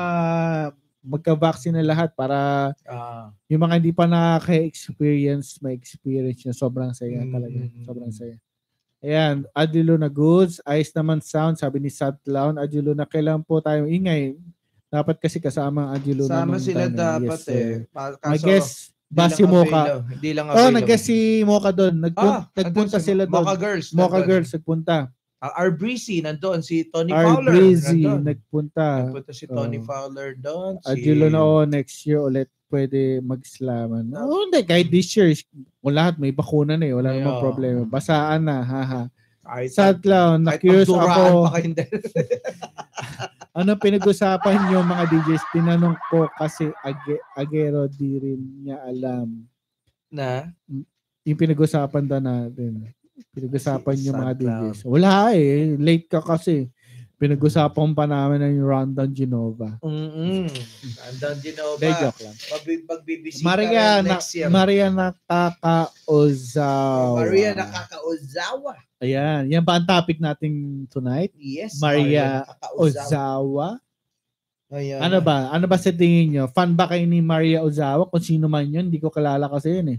magka-vaccine na lahat para Ah, yung mga hindi pa nakaka-experience, may experience niya. Sobrang saya Mm, talaga. mm, mm, Sobrang mm. saya. Ayan, Adilo na goods, Ice naman sound, sabi ni Sat Clown, Adilo na kailan po tayo ingay. Dapat kasi kasama ang Adilo na. sama nung sila time na yun. dapat eh. Yes, sir. Pa- I kaso, guess, hindi lang basi mo ka. available. Hindi lang Oh, nag-guess si Mocha doon. Nagpun- Ah, nagpunta andun si sila doon. Mocha Girls. Mocha nandun. Girls nagpunta. Ah, R. Breezy nandun. Si Tony R. Fowler. Breezy nandun. nagpunta. Nagpunta si Tony Oh. Fowler doon. Si... Adulo na ako next year ulit pwede magslaman. Oo, hindi. Kahit this year, kung lahat may bakuna na eh. Wala Ay, namang oo. problema. Basaan na, haha. Kahit, Sad clown, kahit na-curious pagduraan pa ako. kayo hindi. Ano pinag-usapan nyo mga DJs? Tinanong ko kasi Age- Agero di rin niya alam. na. Yung pinag-usapan daw natin. Pinag-usapan Si nyo mga Sad Clown. DJs. Wala eh. Late ka kasi. Pinag-usapan pa namin ang Rondon Genova. Mm-mm. Nandun din ako Hindi, ba? joke lang. Magbi- Magbibisita Maria rin na next year. Maria Nakakaozawa. Maria Nakakaozawa. Ayan, yan ba ang topic natin tonight? Yes. Maria Nakakaozawa. Ozawa. Ayan. Ano ba? Ano ba sa tingin nyo? Fan ba kayo ni Maria Ozawa? Kung sino man yun, hindi ko kalala kasi yun eh.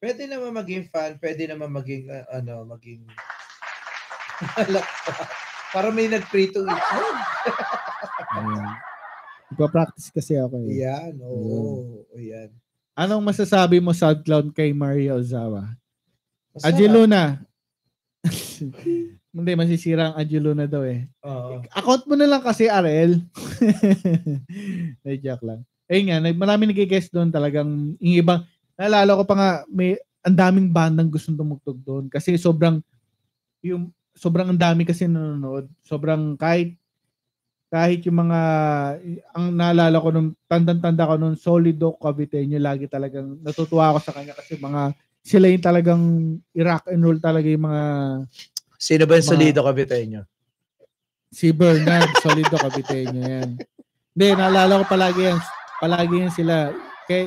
Pwede naman maging fan, pwede naman maging, uh, ano, maging... Para may nag-free to eat. Ayan. Nagpa-practice kasi ako eh. Ayan, oo. Ayan. Anong masasabi mo sa clown kay Maria Ozawa? Masarap. Adjeluna. hindi, masisira ang Adjeluna daw eh. Oo. Account mo na lang kasi, Ariel. Ay, joke lang. Ayun nga, nag- marami nag-guess doon talagang yung ibang, naalala ko pa nga, may, ang daming bandang gustong tumugtog doon kasi sobrang, yung, sobrang ang dami kasi nanonood. Sobrang kahit, kahit yung mga ang naalala ko nung tanda-tanda ko nung Solido Cavite nyo lagi talagang natutuwa ako sa kanya kasi mga sila yung talagang i-rock and roll talaga yung mga Sino ba yung Mga- solido kabitain nyo? si Bernard Solido Cavite nyo yan. Hindi, naalala ko palagi yan. Palagi yan sila. Kaya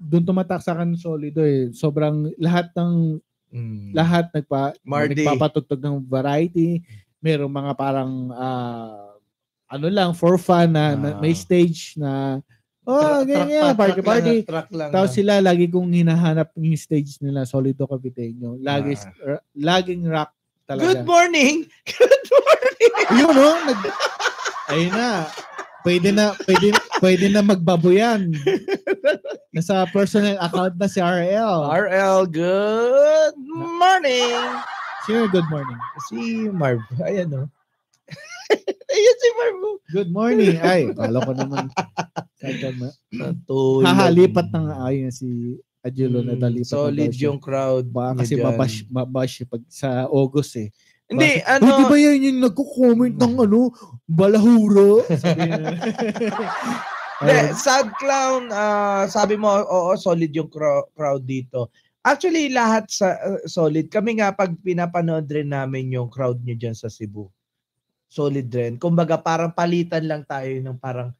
doon tumatak sa akin Solido eh. Sobrang lahat ng Mm. lahat nagpa Mardi. nagpapatugtog ng variety. Merong mga parang ah, ano lang for fun na, na- Ah. may stage na oh Tra- ganyan track- track party lang party. na, track lang Tapos na. sila lagi kong hinahanap yung stage nila Solido Caviteño. Lagi Ah. r- laging rock Good talaga. morning! Good morning! Yun no? Nag, ayun na. Pwede na pwede pwede na magbaboyan. Nasa personal account na si Oh. RL. RL, good morning! Sino good morning? Si Marv. Ayan oh. o. Ayan si Marv. Good morning. Ay, kala ko naman. Sadyang ma- Natulog. Hahalipat ng ah, ayun si Ajulo na Mm, dalipat. na Solid daw siya. yung crowd. Baka niya kasi dyan. mabash, mabash siya pag sa August eh. Hindi, Baka- ano, Uy, di ba yan yung nagko-comment ng ano, balahuro? Sabi niya. Hindi, Ayun. sad clown, ah, sabi mo, oo, solid yung cro- crowd dito. Actually, lahat sa ah, solid. Kami nga, pag pinapanood rin namin yung crowd nyo dyan sa Cebu, solid rin. Kumbaga, parang palitan lang tayo ng parang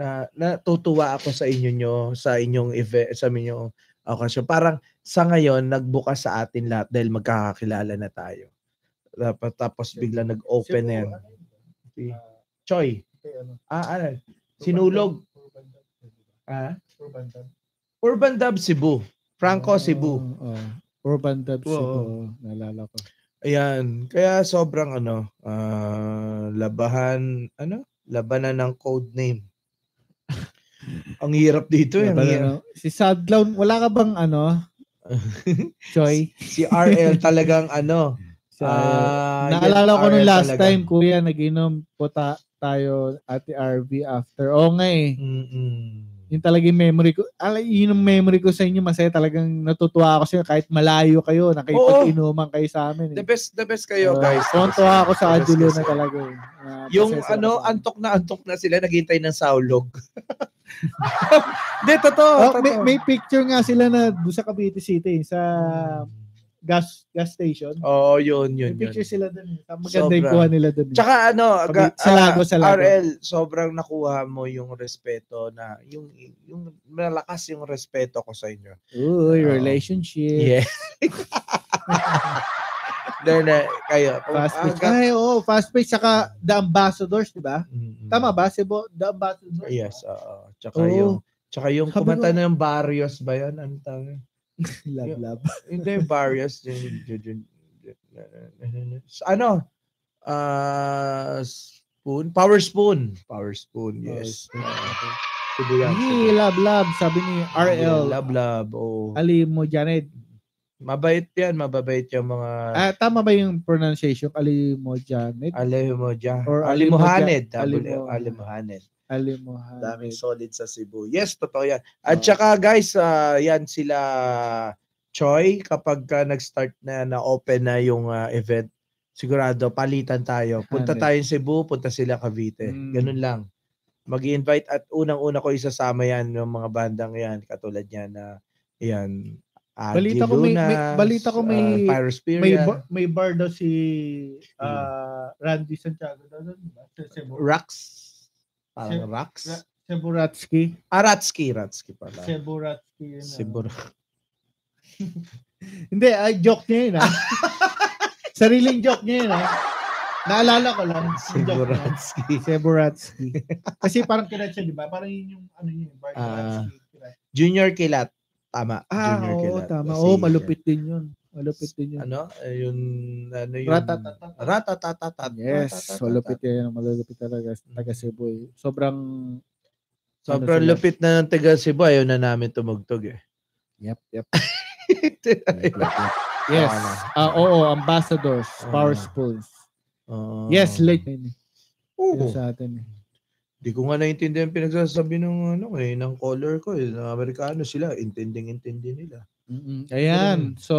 na natutuwa ako sa inyo nyo, sa inyong event, sa inyong okasyon. Parang sa ngayon, nagbukas sa atin lahat dahil magkakakilala na tayo. Dapat tapos bigla nag-open na yan. ah, Si Choy. Ah, ano? Sinulog. Ah? Urban Dub Cebu. Franco Ah. Cebu. Oo, oo. Urban Dub Cebu. Oo. oo, Naalala ko. Ayan. Kaya sobrang ano, ah, labahan, ano? Labanan ng code name. Ang hirap dito eh. ang Naalala hirap. ko. Si Sad Clown, wala ka bang ano? Choy? Si RL talagang ano. Si- ah, yes, Naalala ko nung RL last talaga. time, kuya, naginom po ta- tayo ate RV after. Oo nga eh. Mm-mm. Yun talaga yung memory ko. Alay, yun yung memory ko sa inyo. Masaya talagang natutuwa ako sa inyo. Kahit malayo kayo, nakipag-inuman kayo sa amin. The Eh. best, the best kayo Oo, guys. tuwang-tuwa ako sa The best Adulo kasi. na talaga. Eh. Ah, Yung masaya sa- ano, antok na antok na sila, naghintay ng saulog. Hindi, totoo. Oh, totoo. may, may picture nga sila na doon sa Cavite City, sa Hmm. gas gas station. Oo, yun, May yun, yun. picture sila doon. Eh. Maganda yung Sobra. kuha nila doon. Eh. Tsaka ano, Pag- ga- sa lago, ah, sa lago. RL, sobrang nakuha mo yung respeto na, yung, yung malakas yung respeto ko sa inyo. Uy, Oo. Yeah. relationship. Then, eh, kayo. Kung- Fast ah, paced. ga- Ay, oo, fast paced. Tsaka The Ambassadors, di ba? Mm, mm. Ah, Tama ba? Sebo, The Ambassadors. Yes, oo. Tsaka Oo. yung, tsaka yung Sabi kumanta ko- na yung Barrios ba yan? Ano tawag? Love, love. Hindi, Barrios. Yun- yun- yun- yun- ano? Ah, spoon? Power spoon. Power spoon, yes. Okay. Sibuyan. Hindi, love, love. Sabi ni RL. Love, love. oo. Ali mo, Janet. Mabait yan, mababait yung mga Ah, tama ba yung pronunciation? Ali mo, Janet. alim mo dyan. Or Alim Mohaned. Alimohaned, Alim Alimo- Mohaned. Ali mo, Daming Janet. solid sa Cebu. Yes, totoo yan. At Oo. saka guys, ah, yan sila Choi, kapag ka nag-start na na-open na yung ah, event, sigurado palitan tayo. Punta Haned. tayo sa Cebu, punta sila Cavite. Mm. Ganun lang. mag invite at unang-una ko isasama yan yung mga bandang yan, katulad yan na yan. Ah, Balita ko may- may- Gilunas, balita ko may- ah, Pyrosperia. May, bar, may bar daw si Hmm. ah, Randy Santiago daw doon. di ba? Sa Cebu. Rax. Parang Sir- Rax. Ra- Ceburatsky. Ah, Ratsky. Ratsky pala. Ceburatsky. yun, ah. Sibur. Hindi, ay, joke niya yun. ah. Sariling joke niya yun. ah. Naalala ko lang. yung joke niya. Siburatsky. Ceburatsky. Kasi parang kirat siya, di ba? Parang yun yung ano yun. Bar, Ah. Ceburatsky, kirat. Junior Kilat. Tama. Ah, Junior oo, Kilat. tama. Si- Oo, malupit din yun. Malupit din yun. Ano? Eh, Yun, ano yun? Ratatata. Ratatatatat. Yes, Ratatatatat. malupit yan. Malupit talaga. Taga Cebu. eh. Sobrang Sobrang Ano sila? lupit na ng taga Cebu. Ayaw na namin tumugtog eh. Yep, yep. Yes. Ah, oo, ambassadors, power Ah. spoons. Oo. Yes, late yun. eh. Yun Oo. sa atin. eh. Di ko nga naintindihan pinagsasabi ng ano eh, ng color ko eh. Ng Amerikano sila, intinding-intindi nila. Mm-mm. Ayan. So,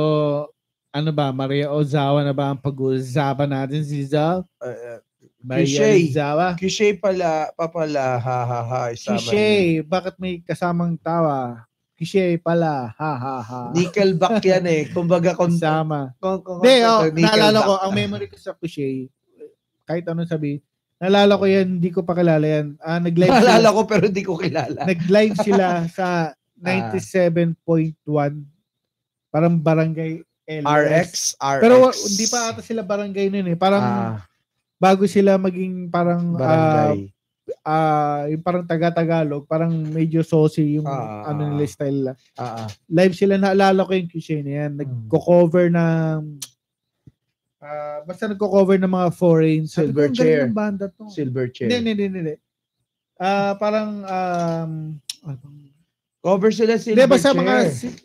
ano ba, Maria Ozawa na ba ang pag-uusapan natin si Zal? Uh, By Cliche. Zawa. Kishay pala, papala, ha ha ha. isama niyo. Kishay, bakit may kasamang tawa? Kishay pala, ha ha ha. Nickelback yan eh. Kumbaga, kon... Kasama. kon- kon- Hindi, oh, Nickelback. naalala ko, ang memory ko sa Kishay, kahit anong sabi, naalala ko yan, hindi ko pa kilala yan. Ah, nag-live Naalala sila, ko Ah. pero hindi ko kilala. nag-live sila sa 97.1, parang barangay LS. RX, RX. Pero wa- hindi pa ata sila barangay nun eh. Parang Ah, bago sila maging parang ah, barangay. ah, yung parang taga-tagalog, parang medyo saucy yung Ah. ano nila style nila. Ah, ah. Live sila naalala ko yung cliche na yan. Nagko-cover ng ah, basta nagko-cover ng mga foreign Sabi ko, ang Silverchair. galing ng banda to. Silver chair. Hindi, hindi, hindi, hindi. Ah, parang um ano bang- Cover sila Hindi silver basta chair. mga si-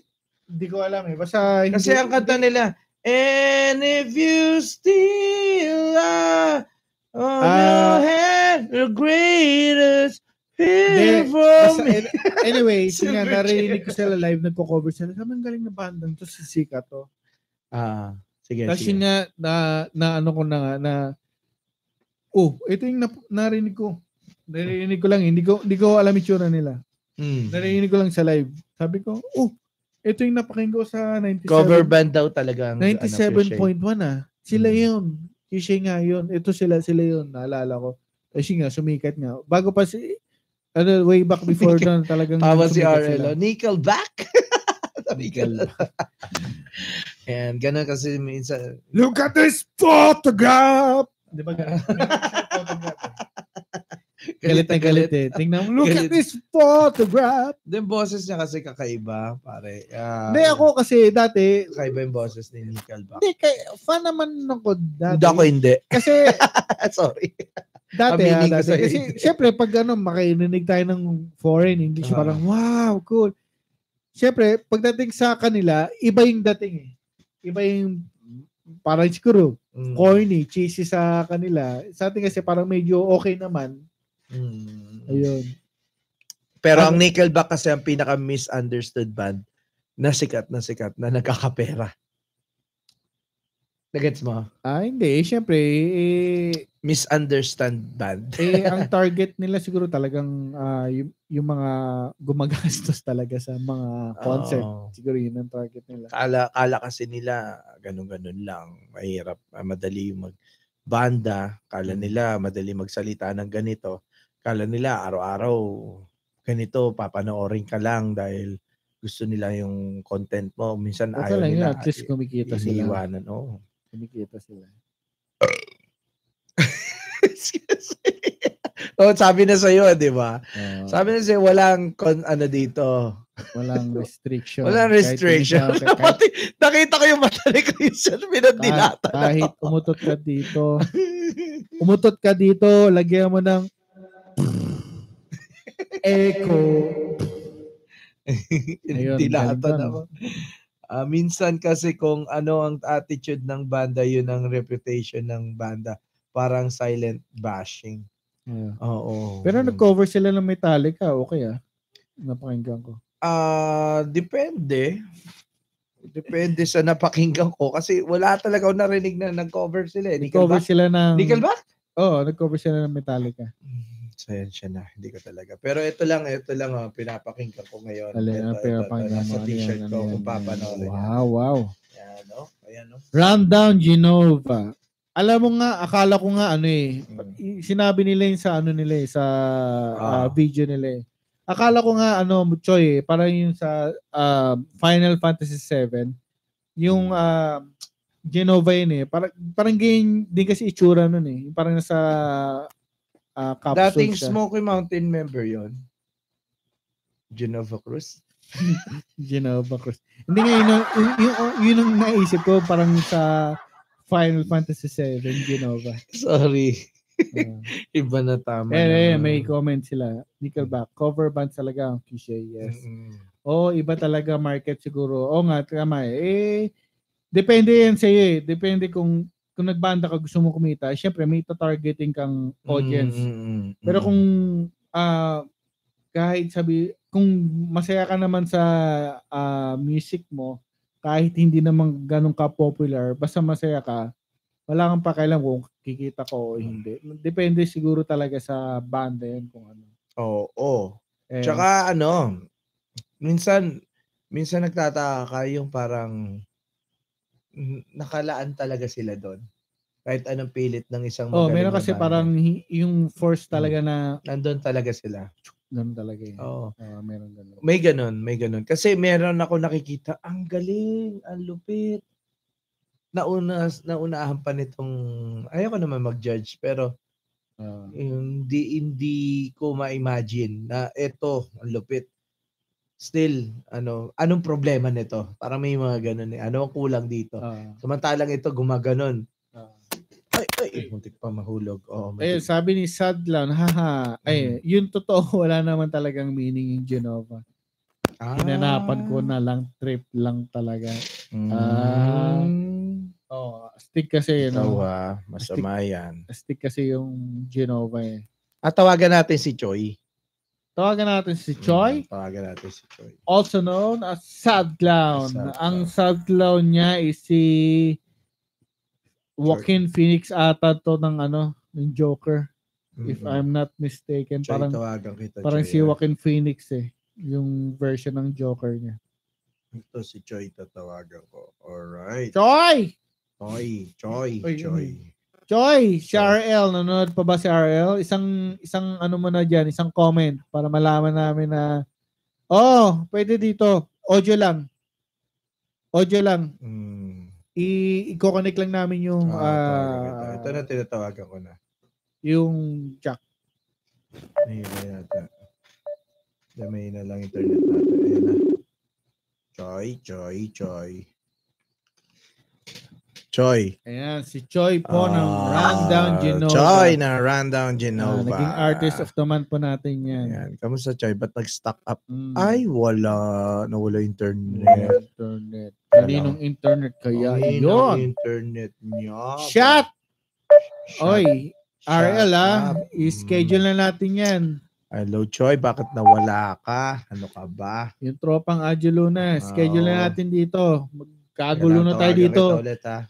hindi ko alam eh. Basta hindi, Kasi ang kanta nila, And if you still are on Ah. your hand, the greatest fear Hindi, from Basta, me. an- anyway, Silver sina, chair. narinig ko sila live, nagko-cover sila. Sabi, ang galing na bandang to, si Sika to. Ah, sige, Tapos yun eh. nga, na, na ano ko na nga, na, oh, ito yung nap- narinig ko. Narinig ko lang, hindi ko, hindi ko alam itsura nila. Mm. Narinig ko lang sa live. Sabi ko, oh, ito yung napaking ko sa 97, Cover band daw talaga. ang, ano, 97.1 ah. Sila Mm. yun. Kishay nga yun. Ito sila, sila yun. Naalala ko. Kasi nga, sumikat nga. Bago pa si, ano, way back before doon talagang Fisher. Tawa si sumikat RL. sila. oh, Nickelback. Sabi ka lang. And ganun kasi minsan. Look at this photograph! Di ba ganun? galit na galit eh. Tingnan mo, look Galit. at this photograph! Yung boses niya kasi kakaiba, pare. Ah, Hindi ako kasi dati, Kakaiba yung boses ni Nickelback. hindi, kay, fan naman ako dati. Hindi ako hindi. Kasi Sorry. dati Aminin ah, ko dati. sa'yo. Kasi syempre pag ano, makinig tayo ng foreign English, Ah. parang wow, cool. Syempre, pagdating sa kanila, iba yung dating eh. Iba yung parang siguro Mm. corny, cheesy sa kanila. Sa atin kasi parang medyo okay naman. Mm. Ayun. Pero ang Ano- Nickelback kasi ang pinaka-misunderstood band na sikat na sikat na nagkakapera. Nagets mo? Ah, hindi. Syempre, eh, Misunderstand band. eh, ang target nila siguro talagang ah, yung, yung mga gumagastos talaga sa mga concert. Oo. Siguro yun ang target nila. Kala, kala kasi nila, ganun-ganun lang. Mahirap, ah, madali magbanda. Mm. Kala nila, madali magsalita ng ganito. Kala nila, araw-araw, ganito, papanoorin ka lang dahil gusto nila yung content mo. Minsan Okay ayaw lang yun. nila. At least kumikita sila. Iniiwanan, oo. Kumikita sila. Excuse me. Oh, sabi na sa'yo, di ba? Oo. Sabi na sa'yo, walang kon, ano dito. walang restriction. Walang restriction. Kahit, hindi ka- kahit, Pati, nakita ko yung mata ni Christian, kahit, pinadilata. kahit umutot ka dito, umutot ka dito, lagyan mo ng echo. Ayun, Dilata ganun. na ano ako. Ah, minsan kasi kung ano ang attitude ng banda, yun ang reputation ng banda. Parang silent bashing. Yeah. Oo. Pero nag-cover sila ng Metallica, okay ah. Napakinggan ko. Ah, depende. Depende sa napakinggan ko kasi wala talaga ako narinig na nag-cover sila. Eh. Nickelback? Nag-cover sila ng... Nickelback? Oo, oh, nag-cover sila ng Metallica. Hmm, Sayensya na, hindi ko talaga. Pero ito lang, ito lang oh, pinapakinggan ko ngayon. Alin, ito, ang pinapakinggan Nasa mo. Ano yan, t-shirt ano ko yan, kung ano yan. papanoorin. Wow, wow. Ayan, no? Ayan, oh. no? Rundown Genova. Alam mo nga, akala ko nga ano eh, Mm. i- sinabi nila yun sa ano nila eh, sa Ah. ah, video nila eh. Akala ko nga ano, Choy eh, parang yung sa ah, Final Fantasy 7, yung ah, Genova yun eh, parang, parang ganyan din kasi itsura nun eh. Parang nasa ah, capsule Dating siya. Smoky Mountain member yon Genova Cruz. Genova Cruz. Hindi nga, yun, ang- yun, yun, yun ang naisip ko parang sa Final Fantasy 7, Genova. Sorry. Ah. Iba na tama. Eh, eh, na. may comment sila. Nickelback, cover band talaga ang cliche, yes. Mm-mm. Oo, iba talaga market siguro. Oo nga, tama eh. Eh, depende yan sa'yo eh. Depende kung, kung nagbanda ka, gusto mo kumita, syempre may targeting kang audience. Mm-mm. Pero kung ah, kahit sabi, kung masaya ka naman sa ah, music mo, kahit hindi naman ganun ka-popular, basta masaya ka, wala kang pakialam kung kikita Mm. ko o hindi. Depende siguro talaga sa banda yun kung ano. Oo. oo. Eh, Tsaka ano, minsan, minsan nagtataka ka yung parang n- nakalaan talaga sila doon. Kahit anong pilit ng isang magaling oh, Mm. meron na kasi banda, parang hi- yung force talaga na nandun talaga sila. ganun talaga eh. Oo. Ah, meron ganun. May ganun, may ganun. Kasi meron ako nakikita, ang galing, ang lupit. Nauna, naunahan pa nitong, ayoko naman mag-judge, pero Ah. hindi, hindi ko ma-imagine na eto, ang lupit. Still, ano, anong problema nito? Parang may mga ganun eh. Ano ang kulang dito? ah, Samantalang ito, gumaganon. ah. Ay, ay, muntik pa mahulog. Oo, Eh, muntik. sabi ni Sadlan, haha, Mm. ay, yun totoo, wala naman talagang meaning yung Genova. Ah. Hinanapan ko na lang, trip lang talaga. Ah. Mm. Oh, stick kasi, Ikaw no? ah, masama yan. Stick kasi yung Genova eh. At Ah, tawagan natin si Choi. Tawagan natin si Choi, Mm, tawagan natin si Choi. also known as Sad Clown. Sad Ang Sad Clown niya is si Joaquin Phoenix ata to ng ano, ng Joker, if Mm-mm. I'm not mistaken. Choi, parang tawagan kita. parang Choi, si ah. Joaquin Phoenix eh, yung version ng Joker niya. Ito si Choi tatawagan ko. Alright. Choi! Choi, Choi, Ay, Choi. Choi, si RL, nanonood pa ba si RL? Isang, isang ano mo na dyan, isang comment para malaman namin na, oh, pwede dito, audio lang. Audio lang. Mm. I- I-connect lang namin yung, Ah, tawagan kita. ah, Ito na tinatawagan ko na. yung jack. Nahihila yata. Damay na lang internet natin. Ayan na. Choi, Choi, Choi. Choi. Ayan, si Choi po ng Ah, Rundown Genova. Choi ng Rundown Ah, Genova. naging artist of the month po natin yan. Ayan. Kamusta, Choi? Ba't nag-stock up? Mm. Ay, wala. Nawala internet. internet. Kaninong internet kaya Ay, yun? ng internet niya. Shut! Shut Oy, Shut RL ah, up. i-schedule na natin yan. Hello, Choi. Bakit nawala ka? Ano ka ba? Yung tropang Ajulo na, schedule Ah, Oo. na natin dito. Magkagulo Kailangan na tayo tawagan dito. kita Ulit, ha?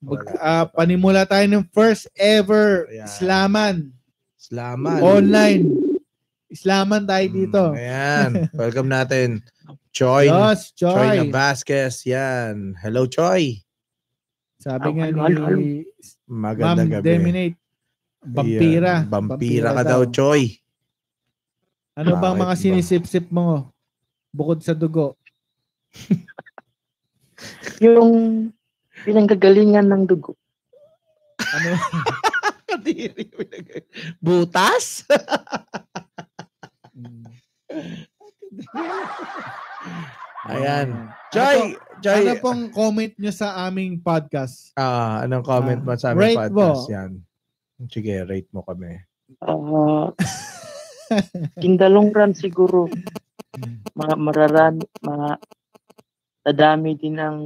Mag, Wala. ah, panimula tayo ng first ever Ayan. Islaman. Salamat. Online. Islaman tayo dito. Mm, ayan. Welcome natin. Choi. Yes, Joy. Choi na Vasquez. Yan. Hello, Choi. Sabi nga Hello, hello, hello. ni Ma'am Magandang gabi. Deminate. Vampira. Ayan. Vampira ka daw, Choi. Ano Bakit bang mga ba? sinisip-sip mo? Bukod sa dugo. Yung pinanggagalingan ng dugo. Ano? Kadiri. Butas? Mm. Ayan. Ano Choi. po- Choi. Ano pong comment nyo sa aming podcast? Ah, anong comment Ah, mo sa aming rate podcast mo. yan? Sige, rate mo kami. Ah, kindalong run siguro. Mm. Ma mararan, ma dadami din ang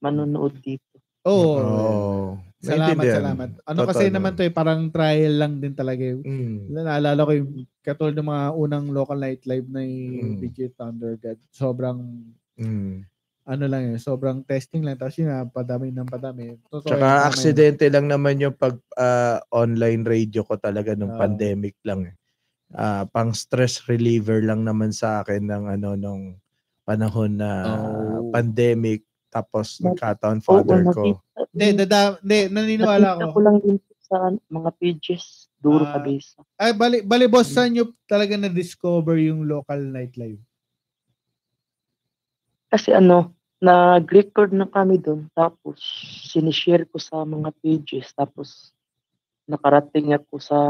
manonood dito. Oo. Salamat, Naintindihan. salamat. Ano Totoo kasi naman. naman to eh, parang trial lang din talaga eh. Mm. Wala, Naalala ko yung katulad ng mga unang local night live na yung Mm. DJ Thunder God. Sobrang Mm. ano lang yun, sobrang testing lang. Tapos yun na, padami ng padami. Totoo yun, tama Tsaka yun. aksidente lang naman yung pag ah, online radio ko talaga nung Ah. pandemic lang. eh. Ah, pang stress reliever lang naman sa akin ng ano nung panahon na Oh. pandemic tapos nagkataon Oo, father ko. nakita. Hindi, dada, hindi, naniniwala Nakita ko ko. lang din sa mga pages. Duro Ah. kabisa. Ay, bali, bali Hmm. boss, saan nyo talaga na-discover yung local night live? Kasi ano, nag-record na kami doon. Tapos, sinishare ko sa mga pages. Tapos, nakarating ako sa,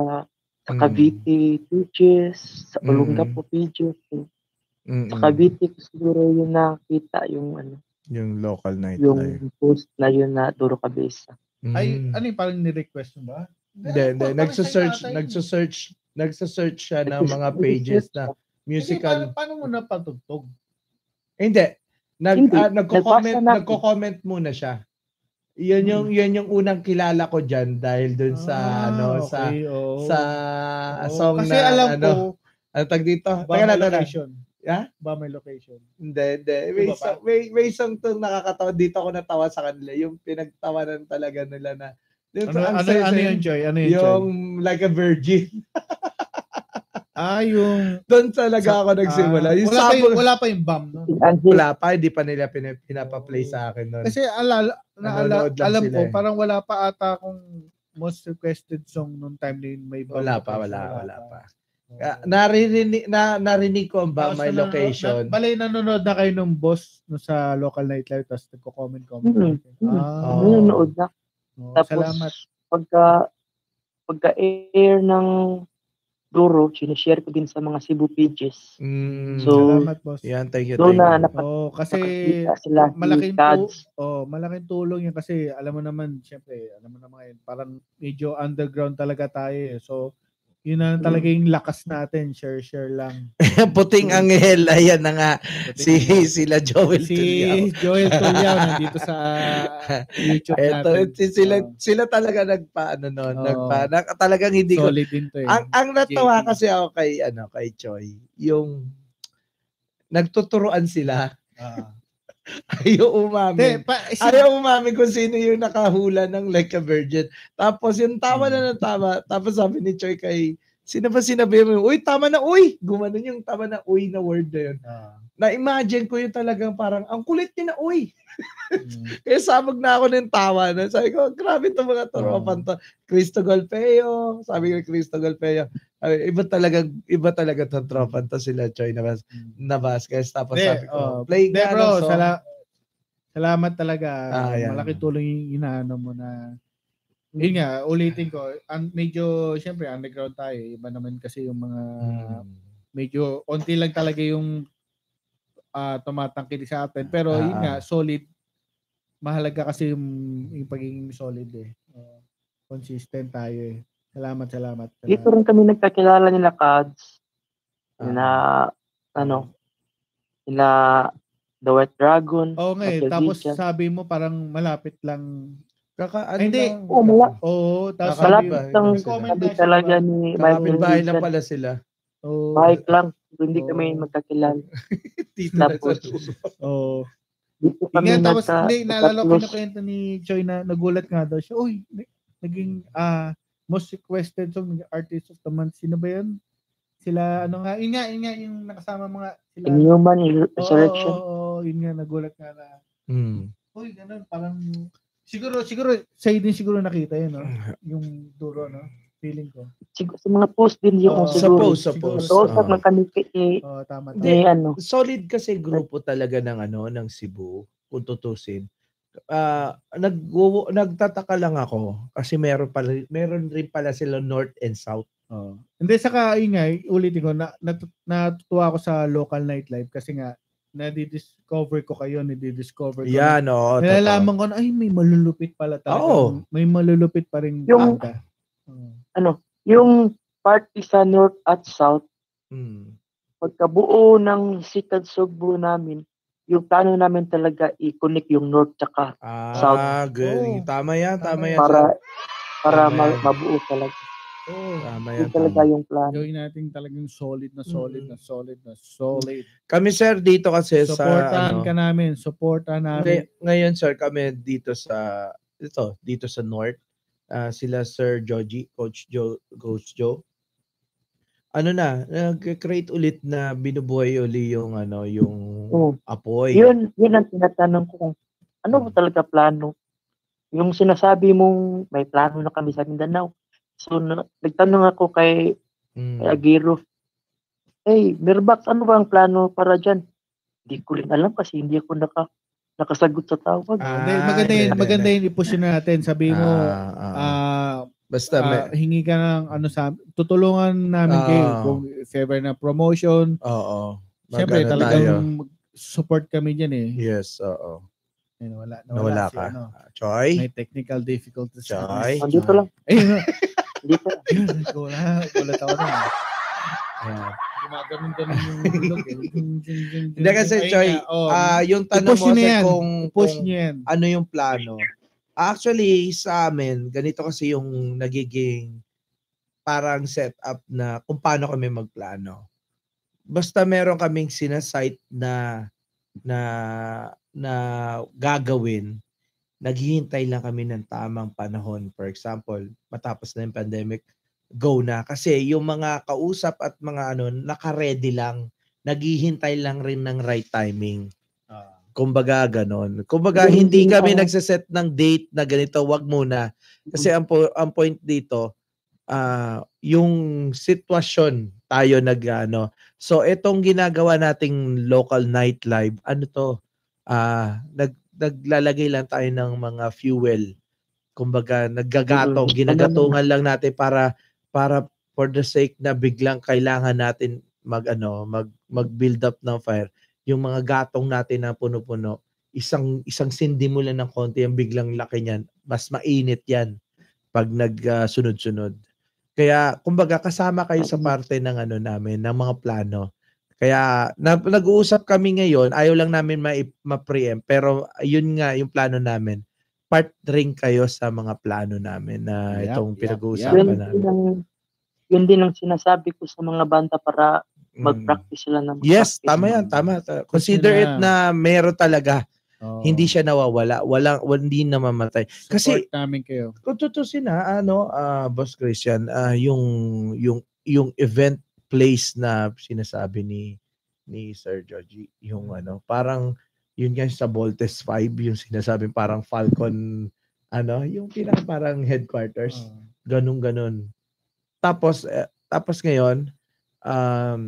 sa Mm. Cavite pages, sa Mm. Olongapo pages. Mm-mm. Sa Cavite ko siguro yun nakita yung ano, Yung local night yung life. post na yun na Duro Cabeza. Ay, Mm. ano yung parang ni-request mo ba? Hindi, hindi. Parang Nagsasearch, sa'yo ata yun. nagsasearch, nagsasearch siya ng mga pages na musical. Hindi, paano, paano mo napatugtog? Hindi. Nag, Hindi. ah, nagko-comment, Nagbasa na ako. nagko-comment muna siya. Yan yung, yan yung unang kilala ko dyan dahil dun sa, Hmm. Ah, ano, sa, okay, oo. sa Oo, song kasi na, alam ano, ko, ano tag dito? Ba Teka na, may teka na. location? Ha? Ba may location? Hindi, hindi. May, Iba pa? isang- may, may isang to nakakatawa. Dito ako natawa sa kanila. Yung pinagtawanan talaga nila na Dito, Ano, ang ano, saya-saya. ano yun, Joy? Ano yun, Yung Joy? like a virgin. Ah, yung... Doon talaga Sa- ako nagsimula. Ah, yung wala, pa sabon, yung, wala pa yung bomb, no? Angel, wala pa, hindi pa nila pinap- pinapaplay sa akin noon. Kasi alala, naala, Nanonood lang alam sila ko, eh. parang wala pa ata akong most requested song nung time na yun may bomb. Wala pa, wala, wala pa. Ah, Naririnig, na, narinig ko ang ba Tapos my nanonood- location. Na, balay, nanonood na kayo nung boss no, sa local nightlife tapos nagko-comment comment. Mm, mm. Ah, Oo. nanonood na. Oh, oo, Tapos, salamat. pagka, pagka-air ng Duro, sinishare ko din sa mga Cebu pages. Mm, So, salamat, boss. yan, thank you, So, thank na, you. napat- Oh, kasi nakakita sila malaking ni tu- Tads. oh, malaking tulong yan kasi alam mo naman, syempre, alam mo naman ngayon, parang medyo underground talaga tayo eh. So, yun na lang Mm. talaga yung lakas natin. Share, share lang. Puting anghel, ayan na nga, si sila Joel si Tuliao. Joel Tuliao nandito sa YouTube Eto, natin. si- sila, Oh, sila talaga nagpa, ano nun, Oo. nagpa, na- talagang hindi ko, solid din to eh. ang, ang natawa JP. kasi ako kay, ano, kay Choi, yung, nagtuturoan sila, Ah. ayaw Hindi, umamin. pa, si, Ayaw umamin kung sino yung nakahula ng like a virgin. Tapos yung tama Mm. na ng tama, tapos sabi ni Choi kay, sino ba sinabi mo, yung, uy, tama na, uy! Gumanon yung tama na, uy na word na yun. Ah, Na-imagine ko yung talagang parang, ang kulit niya na, uy! mm. Kaya sabog na ako ng tawa na. Sabi ko, grabe itong mga tropan to. Cristo Golpeo. Sabi ko, Cristo Golpeo. Sabi, iba talaga, iba talaga itong tropan to sila Choy na, bas, na Vasquez. Tapos Hindi, sabi ko, oh. play Hindi ka bro, ng song. sala- salamat talaga. Ano, Ah, yan. Malaki tulong yung inaano mo na yun nga, ulitin ko, un, medyo, syempre, underground tayo. Iba naman kasi yung mga, Mm. medyo, onti lang talaga yung ah, tumatangkilik sa atin. Pero yun Ah, nga, solid. Mahalaga kasi yung, yung pagiging solid eh. Oh, consistent tayo eh. Salamat, salamat. Dito salamat. rin kami nagkakilala nila Kads. Ah. Na, ano, nila The White Dragon. Oh, Oo nga eh. Michael Tapos Vincent. sabi mo parang malapit lang. Kaka, ano Ay, hindi. lang, Oo, mala- Oo. Tapos sabi mo, Malapit Kapitbahay lang lang sila. kami Kapitbahay talaga sila. ni Michael Kapitbahay lang Vincent. pala Oh. sila. oo. Bike lang. Hindi kami Oo. magkakilala. Tito na sa Tapos, dulo. Oo. Dito kami Hindi, tapos, nagka- hindi, naalala ko na nagka-close. kwento ni Choi na nagulat nga daw siya. Uy, na- naging ah, most requested song ng Artist of the Month. Sino ba yun? Sila, ano nga, yun nga, yun nga, yung nakasama mga sila. Inhuman Oo, Resurrection. oo, oo, yun nga, nagulat nga na. Mm. Uy, ganun, parang, siguro, siguro, sa'yo din siguro nakita yun, no? Yung duro, no? Feeling ko. Sig- sa mga post din yung Oo, siguro. Suppose, suppose. So, Oo. sa Ah. mga kami kay, kay- Oo, tama, Hindi. tama. ano, solid kasi grupo talaga ng ano ng Cebu kung tutusin. Ah, nag nagtataka lang ako kasi meron pala meron rin pala sila north and south. Oo. Hindi, saka yun nga, ulitin ko, na, nat- natutuwa ako sa local nightlife kasi nga, nadidiscover ko kayo, nadidiscover ko. Yan oo. Nalalaman ko na, ay, may malulupit pala talaga. Oo. May malulupit pa rin Yung- banda. Oo. yung party sa North at South, totoo. Mm. pagkabuo ng Sikat Sugbo namin, yung plano namin talaga i-connect yung North tsaka Ah, South. galing. Oo. Tama yan, tama, Tama yan. yan. Para, para para Tama ma- yan. mabuo talaga. tama yan. Yun Tama. talaga yung plano. Oh. Gawin natin talagang solid na solid Mm. na solid na solid. Kami sir dito kasi sa Supportahan ano, ka namin, supportahan namin. ngay- ngayon sir kami dito sa ito, dito sa north. Ah, sila Sir Joji, Coach Joe, Coach Joe. Ano na, nag-create ulit na binubuhay uli yung ano, yung Oh. Oo. apoy. Yun, yun ang tinatanong ko. kung Ano ba talaga plano? Yung sinasabi mong may plano na kami sa Mindanao. So, na, nagtanong ako kay Mm. Kaya Giro, hey, Mirbax, ano ba ang plano para dyan? Hindi ko rin alam kasi hindi ako naka, nakasagot sa tawag. Ah, Hindi, maganda yun, hindi, maganda hindi. yun, i-push yun natin. Sabi mo, Ah, ah. ah, basta may, ah, hingi ka ng ano sa tutulungan namin kayo Oo. kung if ever na promotion. oo. Siyempre Magkano tayo? talagang mag- support kami diyan eh. Yes, oo. Ah, Ayun, wala, Nawala si ka. ano. Choy? May technical difficulties. Chay. Ah, dito lang, Ayun. dito lang. Ayun, wala, wala tao na. Gumaganon-ganon yung ilog eh. Ding, ding, ding, ding, Hindi kasi, ding. Choy, Ayun nga, oh, Ah, yung tanong I-push mo nyo na kasi yan. kung, push kung niyo yan. ano yung plano. Actually, sa amin, ganito kasi yung nagiging parang setup na kung paano kami magplano. Basta meron kaming sinasite na na na gagawin, naghihintay lang kami ng tamang panahon. For example, matapos na yung pandemic, go na. Kasi yung mga kausap at mga ano, nakaredy lang. Naghihintay lang rin ng right timing. Ah, Kumbaga ganon. Kumbaga Yung hindi hindi kami pa- nagsaset ng date na ganito, wag muna. Kasi ang, po, ang point dito, ah yung sitwasyon tayo nag ano. So itong ginagawa nating local nightlife, ano to? Ah, nag naglalagay lang tayo ng mga fuel. Kumbaga naggagatong, Mm, ginagatungan lang natin para para for the sake na biglang kailangan natin mag ano, mag mag-build up ng fire. Yung mga gatong natin na puno-puno, isang isang sindi mo lang ng konti ang biglang laki niyan. Mas mainit 'yan pag nagsunod-sunod. Kaya kumbaga kasama kayo sa parte ng ano namin, ng mga plano. Kaya na, nag-uusap kami ngayon, ayaw lang namin ma- ma-preempt pero yun nga yung plano namin. Part rin kayo sa mga plano namin na Yup, itong yup, pinag-uusapan Yun din, namin. ang, yun din ang sinasabi ko sa mga banda para Mm. mag-practice sila ng Yes, mag-practice. tama yan, tama. Ta- Consider it na meron talaga. Oo. Hindi siya nawawala, walang hindi namamatay. Kasi oh. Support namin kayo. kung tutusin ha, ano, ah, Boss Christian, ah, yung yung yung event place na sinasabi ni ni Sir Georgie, yung Mm. ano, parang yun nga sa Voltes 5, yung sinasabi parang Falcon ano, yung pinaka parang headquarters Oo. ganun ganun. Tapos eh, tapos ngayon um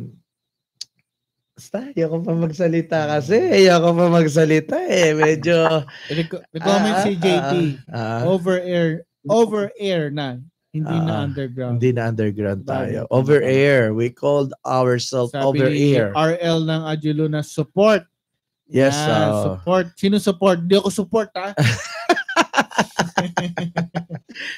basta, ayoko pa magsalita kasi. Mm. Ayoko pa magsalita eh. Medyo... Eh, nag- Nag-comment Ah, si JT. ah, Over air. Over air na. Hindi Ah, na underground. hindi na underground tayo. Bagay. Over air. We called ourselves Sabi over ni air. RL ng Ajulo na support. Yes, ah, oh. Yan, oo. support. Sino support? Di ako support, ah. ha?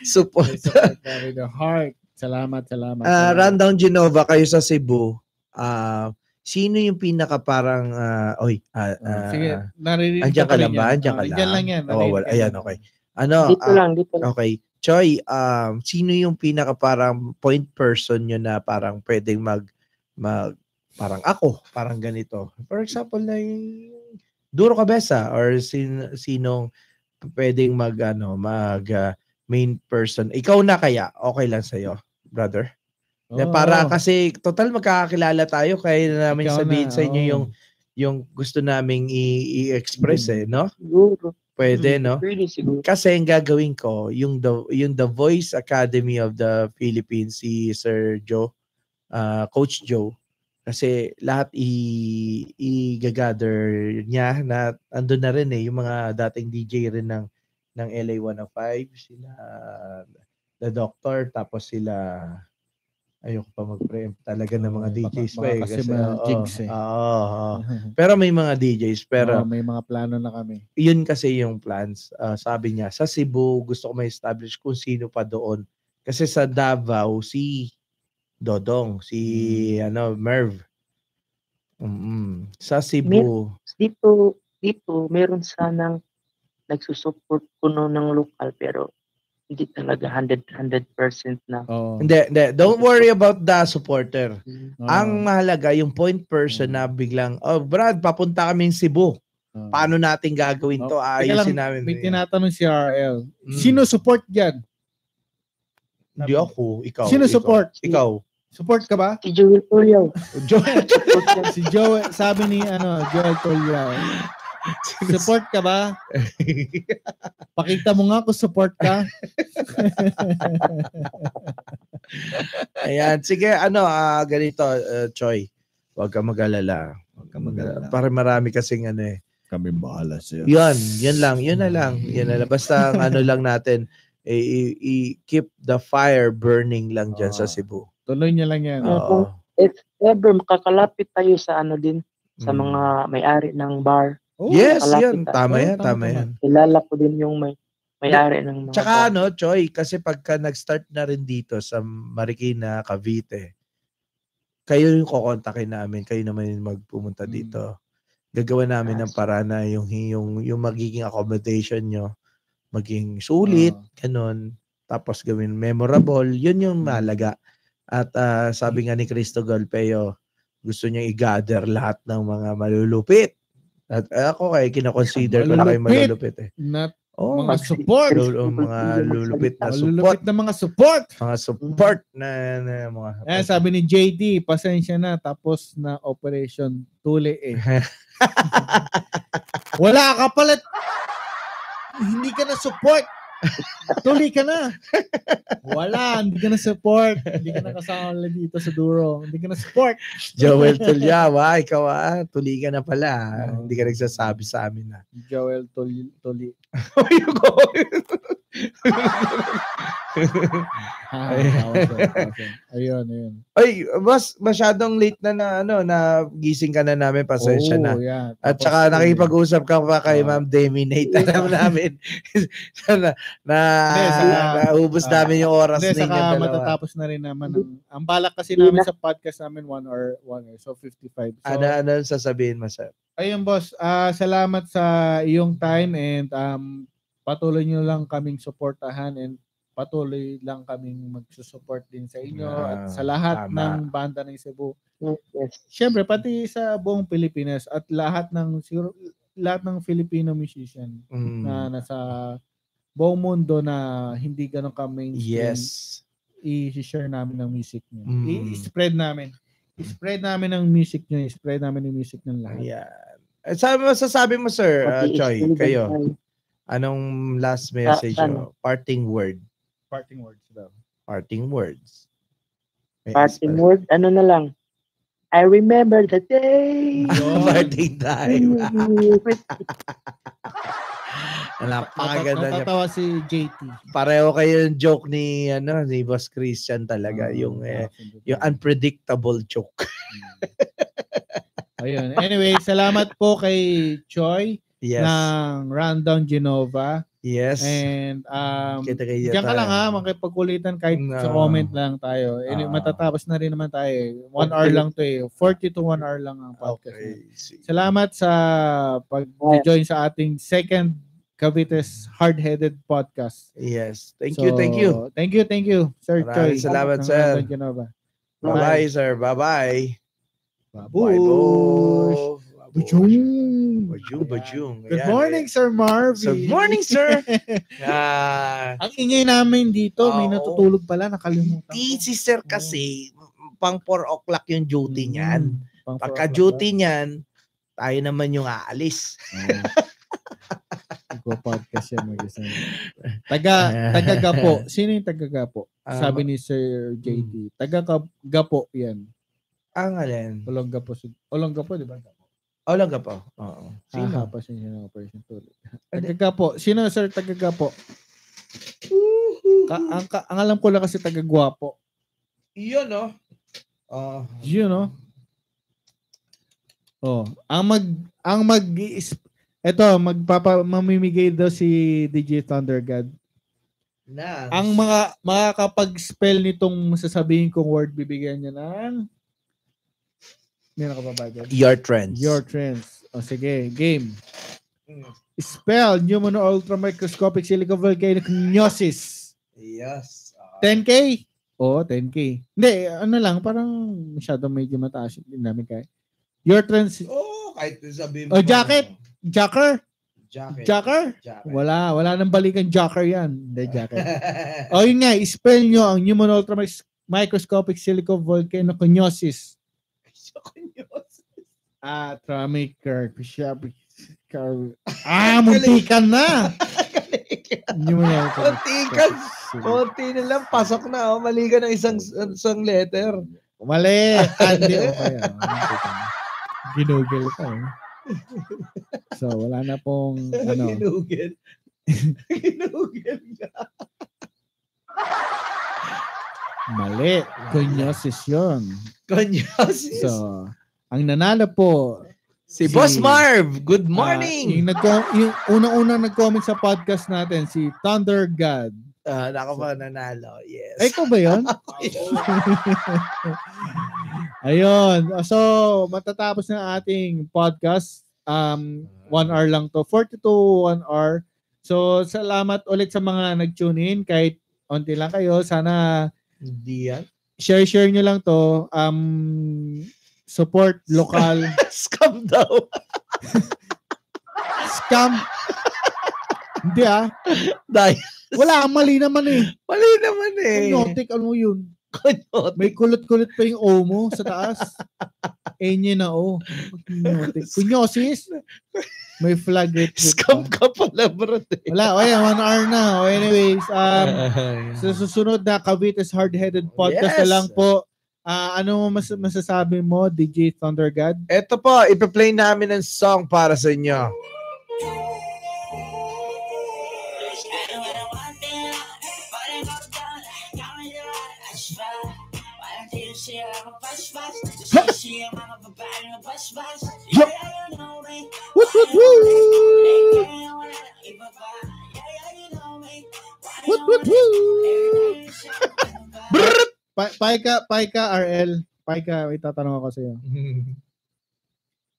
Support. May support na rin the heart. Salamat, salamat. Ah, salamat. rundown Genova, kayo sa Cebu. Ah, sino yung pinaka parang... ah, oy, ah, Oh, ah, Sige, naririnig Andiyan ka pa rin lang ba? yan. Andiyan ka Oh, Andiyan lang? lang yan. Oo, naririnig wala. ka Ayan, lang. okay. ano, Dito ah, lang, dito lang. Okay. Choy, um, sino yung pinaka parang point person nyo na parang pwedeng mag, mag parang ako, parang ganito. For example, na yung Duro Cabeza or sin, sinong pwedeng mag, ano, mag ah, main person. Ikaw na kaya, okay lang sa'yo, brother. Na Oo, para oo. kasi total magkakakilala tayo kaya na namin Oh. Ikaw sabihin na, sa inyo oo. yung yung gusto naming i- i-express eh, no? Siguro. Pwede, Mm, no? Pwede siguro. kasi ang gagawin ko yung the yung the Voice Academy of the Philippines si Sir Joe ah, Coach Joe kasi lahat i i-gather niya na andun na rin eh yung mga dating DJ rin ng ng LA 105 sila ah, oh The Doctor tapos sila ayoko pa mag-preempt talaga ng mga Oo, baka- DJs pa baka eh kasi kasi mga oo, jigs eh. oo, oo. pero may mga DJs oh, pero Oo, Oh, may mga plano na kami. yun kasi yung plans. Ah, sabi niya, sa Cebu, gusto ko ma-establish kung sino pa doon. Kasi sa Davao, si Dodong, si Mm. ano Merv. Mm-mm. Sa Cebu, Dito, dito, meron sanang nagsusupport kuno ng lokal pero hindi talaga 100 100% na. Oo. hindi, hindi, don't worry about the supporter. Oo. Ang mahalaga, yung point person Mm. na biglang, oh Brad, papunta kami ng Cebu. Oo. Paano natin gagawin to? Oh, teka Ayusin lang, namin. oh. May tinatanong si RL. Mm. Sino support dyan? Hindi ako, ikaw. Sino ikaw. support? Ikaw. Support ka ba? Si Joel Puriao. Joel. si Joel, sabi ni ano, Joel Tolya. Support ka ba? Pakita mo nga kung support ka. Ayan, sige, ano, ah, ganito, ah, Choy. Huwag ka mag-alala. Huwag ka mag-alala. Para marami kasing ano eh. Kami bahala sa'yo. Yun, yun lang, yun na lang. Yun na lang. Basta ang ano lang natin, eh, i- i- i- keep the fire burning lang dyan sa Ah. Cebu. Tuloy niya lang yan. Ah. Oo. If ever makakalapit tayo sa ano din sa Mm. mga may-ari ng bar, Oh, Yes, kalapit yun. tayo. Tama Oo, yan, tama, tama tama. yan. kilala ko din yung may may-ari ng mga Tsaka bar. ano, Choy, kasi pagka nag-start na rin dito sa Marikina, Cavite, kayo yung kukontakin namin, kayo naman yung magpumunta Mm. dito. Gagawa namin ng paraan na yung, yung, yung magiging accommodation nyo, maging sulit, ganun. Tapos gawin memorable, yun yung Mm. malaga. At ah, sabi nga ni Cristo Galpeo, gusto niya i-gather lahat ng mga malulupit. At ako kay kinakonsider ko na kayo Malulupit! malulupit eh. Not Oh, Mga support. Lulu, oh, mga lulupit na Ah, support. Malulupit na mga support. Mga support na, na mga... Eh, sabi ni JD, pasensya na, tapos na operation. Tuli eh. Wala ka pala. Hindi ka na support. Tuli ka na. Wala, hindi ka na support. Hindi ka na kasama dito sa duro. Hindi ka na support. Joel Tulyawa, ikaw ah, tuli ka na pala. ah. Oo. Hindi ka nagsasabi sa amin ah. na. Joel Tuli. tuli. Ah, Ay. tawag ko, tawag ko. ayun, ayun. Ay, mas masyadong late na na ano na gising ka na namin pasensya na. Oo, Oh, yeah. At Tapos, saka tuli. nakipag-usap ka pa kay Oo. Ma'am Demi Nate. Alam namin na, na, Hindi, saka- naubos ah. namin yung oras Hindi, ninyo saka dalawa. matatapos na rin naman. Ang, ang balak kasi namin sa podcast namin, 1 hour, 1 hour. So, 55. So, Ano, ano ang sasabihin mo sir? ayun boss, ah, salamat sa iyong time and um, patuloy nyo lang kaming suportahan and patuloy lang kaming magsusupport din sa inyo Ah, at sa lahat tama. ng banda ng Cebu. Yes. Siyempre, pati sa buong Pilipinas at lahat ng siguro, lahat ng Filipino musician Mm, na nasa buong mundo na hindi ganun ka mainstream yes. i-share namin ng music niyo. Mm. I-spread namin. I-spread namin ng music niyo, i-spread namin yung music ng lahat. Ayan. Eh, Sabi mo, sasabi mo sir, ah, Pati Choy, extended kayo. time. Anong last message? o ano? Parting word. Parting words daw. Parting words. May Parting aspal- word, ano na lang. I remember the day. Yun. Parting time. Napakaganda niya. Natatawa si JT. Pareho kayo yung joke ni ano ni Boss Christian talaga Ah. yung eh, yung unpredictable joke. Ayun. Anyway, salamat po kay Choi Yes. ng Rundown Genova. yes. And eh, um, Kita kayo diyan ka tayo. lang ha, makipagkulitan kahit sa No. comment lang tayo. Anyway, Ah. matatapos na rin naman tayo. eh. One hour lang to eh. 40 to one hour lang ang podcast. na Okay. sige. Salamat sa pag-join sa ating second Cavites Hard-Headed Podcast. Yes. Thank So, you, thank you. Thank you, thank you, Sir Maraming Choi. salamat, ng sir. London Genova. Bye-bye, sir. Bye-bye. Babush. Bye-bye. Bujung. Bajung, bajung. Good Ayan. morning, Sir Marvin. Good morning, sir. Ah, Ang ingay namin dito, may Oo. natutulog pala, nakalimutan di ko. si sir kasi pang 4 o'clock yung duty niyan. Mm, pang Pagka four duty niyan, tayo naman yung aalis. o'clock. Ah. Nagpo-podcast yan, mag-isa. Taga, taga Gapo. Sino yung taga Gapo? Ah, Hmm. Sabi ni Sir JT. Taga Ka- Gapo yan. Ang alin? Olong Gapo. si- Olong Gapo, di ba? Oh, lang ka pa. Oo. Sino? Sino? pa siya ng operation tuloy. Taga Gapo. Sino, Sir, taga Gapo? Ka- ang, ka- ang alam ko lang kasi taga Guapo. Yun, no? Oh. You know? Oh, ang mag ang mag eto magpapa mamimigay daw si DJ Thunder God. na. Ang mga makakapag-spell nitong sasabihin kong word bibigyan niya ng Meron ka pa ba dyan? Your trends. Your trends. O sige, game. Spell Pneumono Ultra Microscopic Silico Volcanic Gnosis. Yes. Ah. 10K? Oo, 10K. Hindi, ano lang, parang masyado medyo mataas. Hindi namin kaya. Your trends, oh, kahit sabi Oh, jacket. Jacker? Jacket. Jacker? Jacket. Wala, wala nang balikan Jacker yan. Hindi, Jacker. o yun nga, spell nyo ang Human Ultra Microscopic Silico Volcanoconiosis. Atramic Carpishapic Ah, muntikan na! Human Ultra Kontikan. Konti na lang. Pasok na. Oh. Mali ka ng Oh, isang, isang letter. Mali. Ah, Hindi o kaya. Ginugil ka eh. So, wala na pong ano. Ginugil. Ginugil ka. Mali. Kunyosis yun. Konyosis. So, ang nanalo po. si, si- Boss Marv. Good ah, morning. yung, nagko- yung unang-unang nag-comment sa podcast natin, si Thunder God. Ah, nako pa nanalo. Yes. Ay, Eh, ikaw ba yun? Ayun. So, matatapos na ang ating podcast. Um, one hour lang to. 42 one hour. So, salamat ulit sa mga nag-tune in. Kahit onti lang kayo. Sana Hindi yan. share-share nyo lang to. Um, support lokal. Scam daw. Scam. Hindi ah. Dahil, Wala, mali naman eh. mali naman eh. Hypnotic, ano yun? Kunyote. May kulot-kulot pa yung O mo sa taas. Enye na O. Hypnotic. Kunyosis. May flag rate. Scam ka pala, bro. Wala, o yan, one hour na. O anyways, um, sa susunod na Cavite is Hard-Headed Podcast Yes. na lang po. Ah, ano mas masasabi mo, DJ Thunder God? Ito po, ipa-play namin ng song para sa inyo. Woot, woot, woot! Woot, woot, woot! Pa- Paika, Paika, RL. Paika, may tatanong ako sa'yo. Hmm.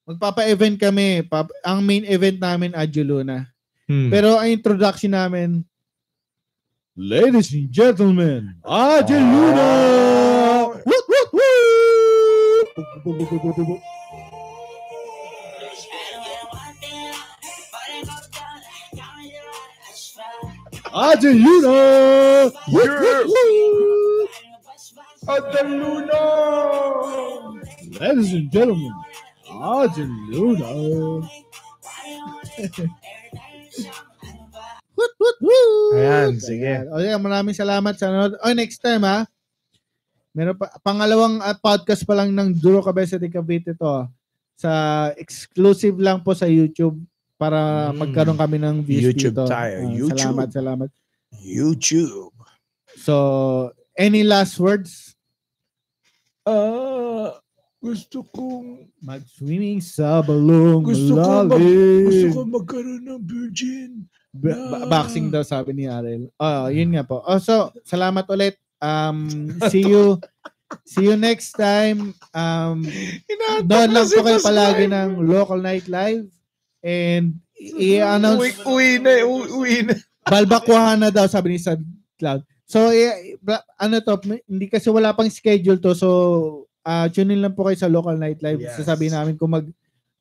Magpapa-event kami. Pap- ang main event namin, Adjuluna. Mm. Pero ang introduction namin, Ladies and gentlemen, Adjuluna! Woot, woot, woot! Adjuluna! Woot, woot, woot! Adeluna! Ladies and gentlemen, Adjuluna! Woot, woot, woot! Ayan, sige. Ayan. O yan, maraming salamat sa nanood. O, next time ha. Meron pa, pangalawang ah, podcast pa lang ng Duro Cabeza de Cavite to. ah. Sa exclusive lang po sa YouTube para Mm. magkaroon kami ng views YouTube dito. tayo, Ah, YouTube. Salamat, salamat. YouTube. So, any last words? Ah, gusto kong Mag-swimming sa balong Gusto ko mag- malalim. gusto ko magkaroon ng virgin. Ba- ba- boxing daw sabi ni Ariel. Oh, yun nga po. Oh, so, salamat ulit. Um, see you. See you next time. Um, doon lang po kayo palagi ng Local Night Live. And i- Uwi, i-announce, uwi na, uwi, uwi na. balbakwahan na daw sabi ni Sad Cloud. So, i- bla- ano to, may- hindi kasi wala pang schedule to. So, ah, tune in lang po kayo sa Local Night Live. Yes. Sasabihin namin kung mag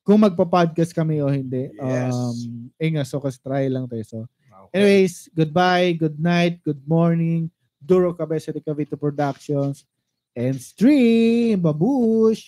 kung magpa-podcast kami o hindi. Yes. Um, eh nga, so kasi try lang tayo. So, Anyways, goodbye, good night, good morning. Duro Cabeza de Cavite Productions and stream babush.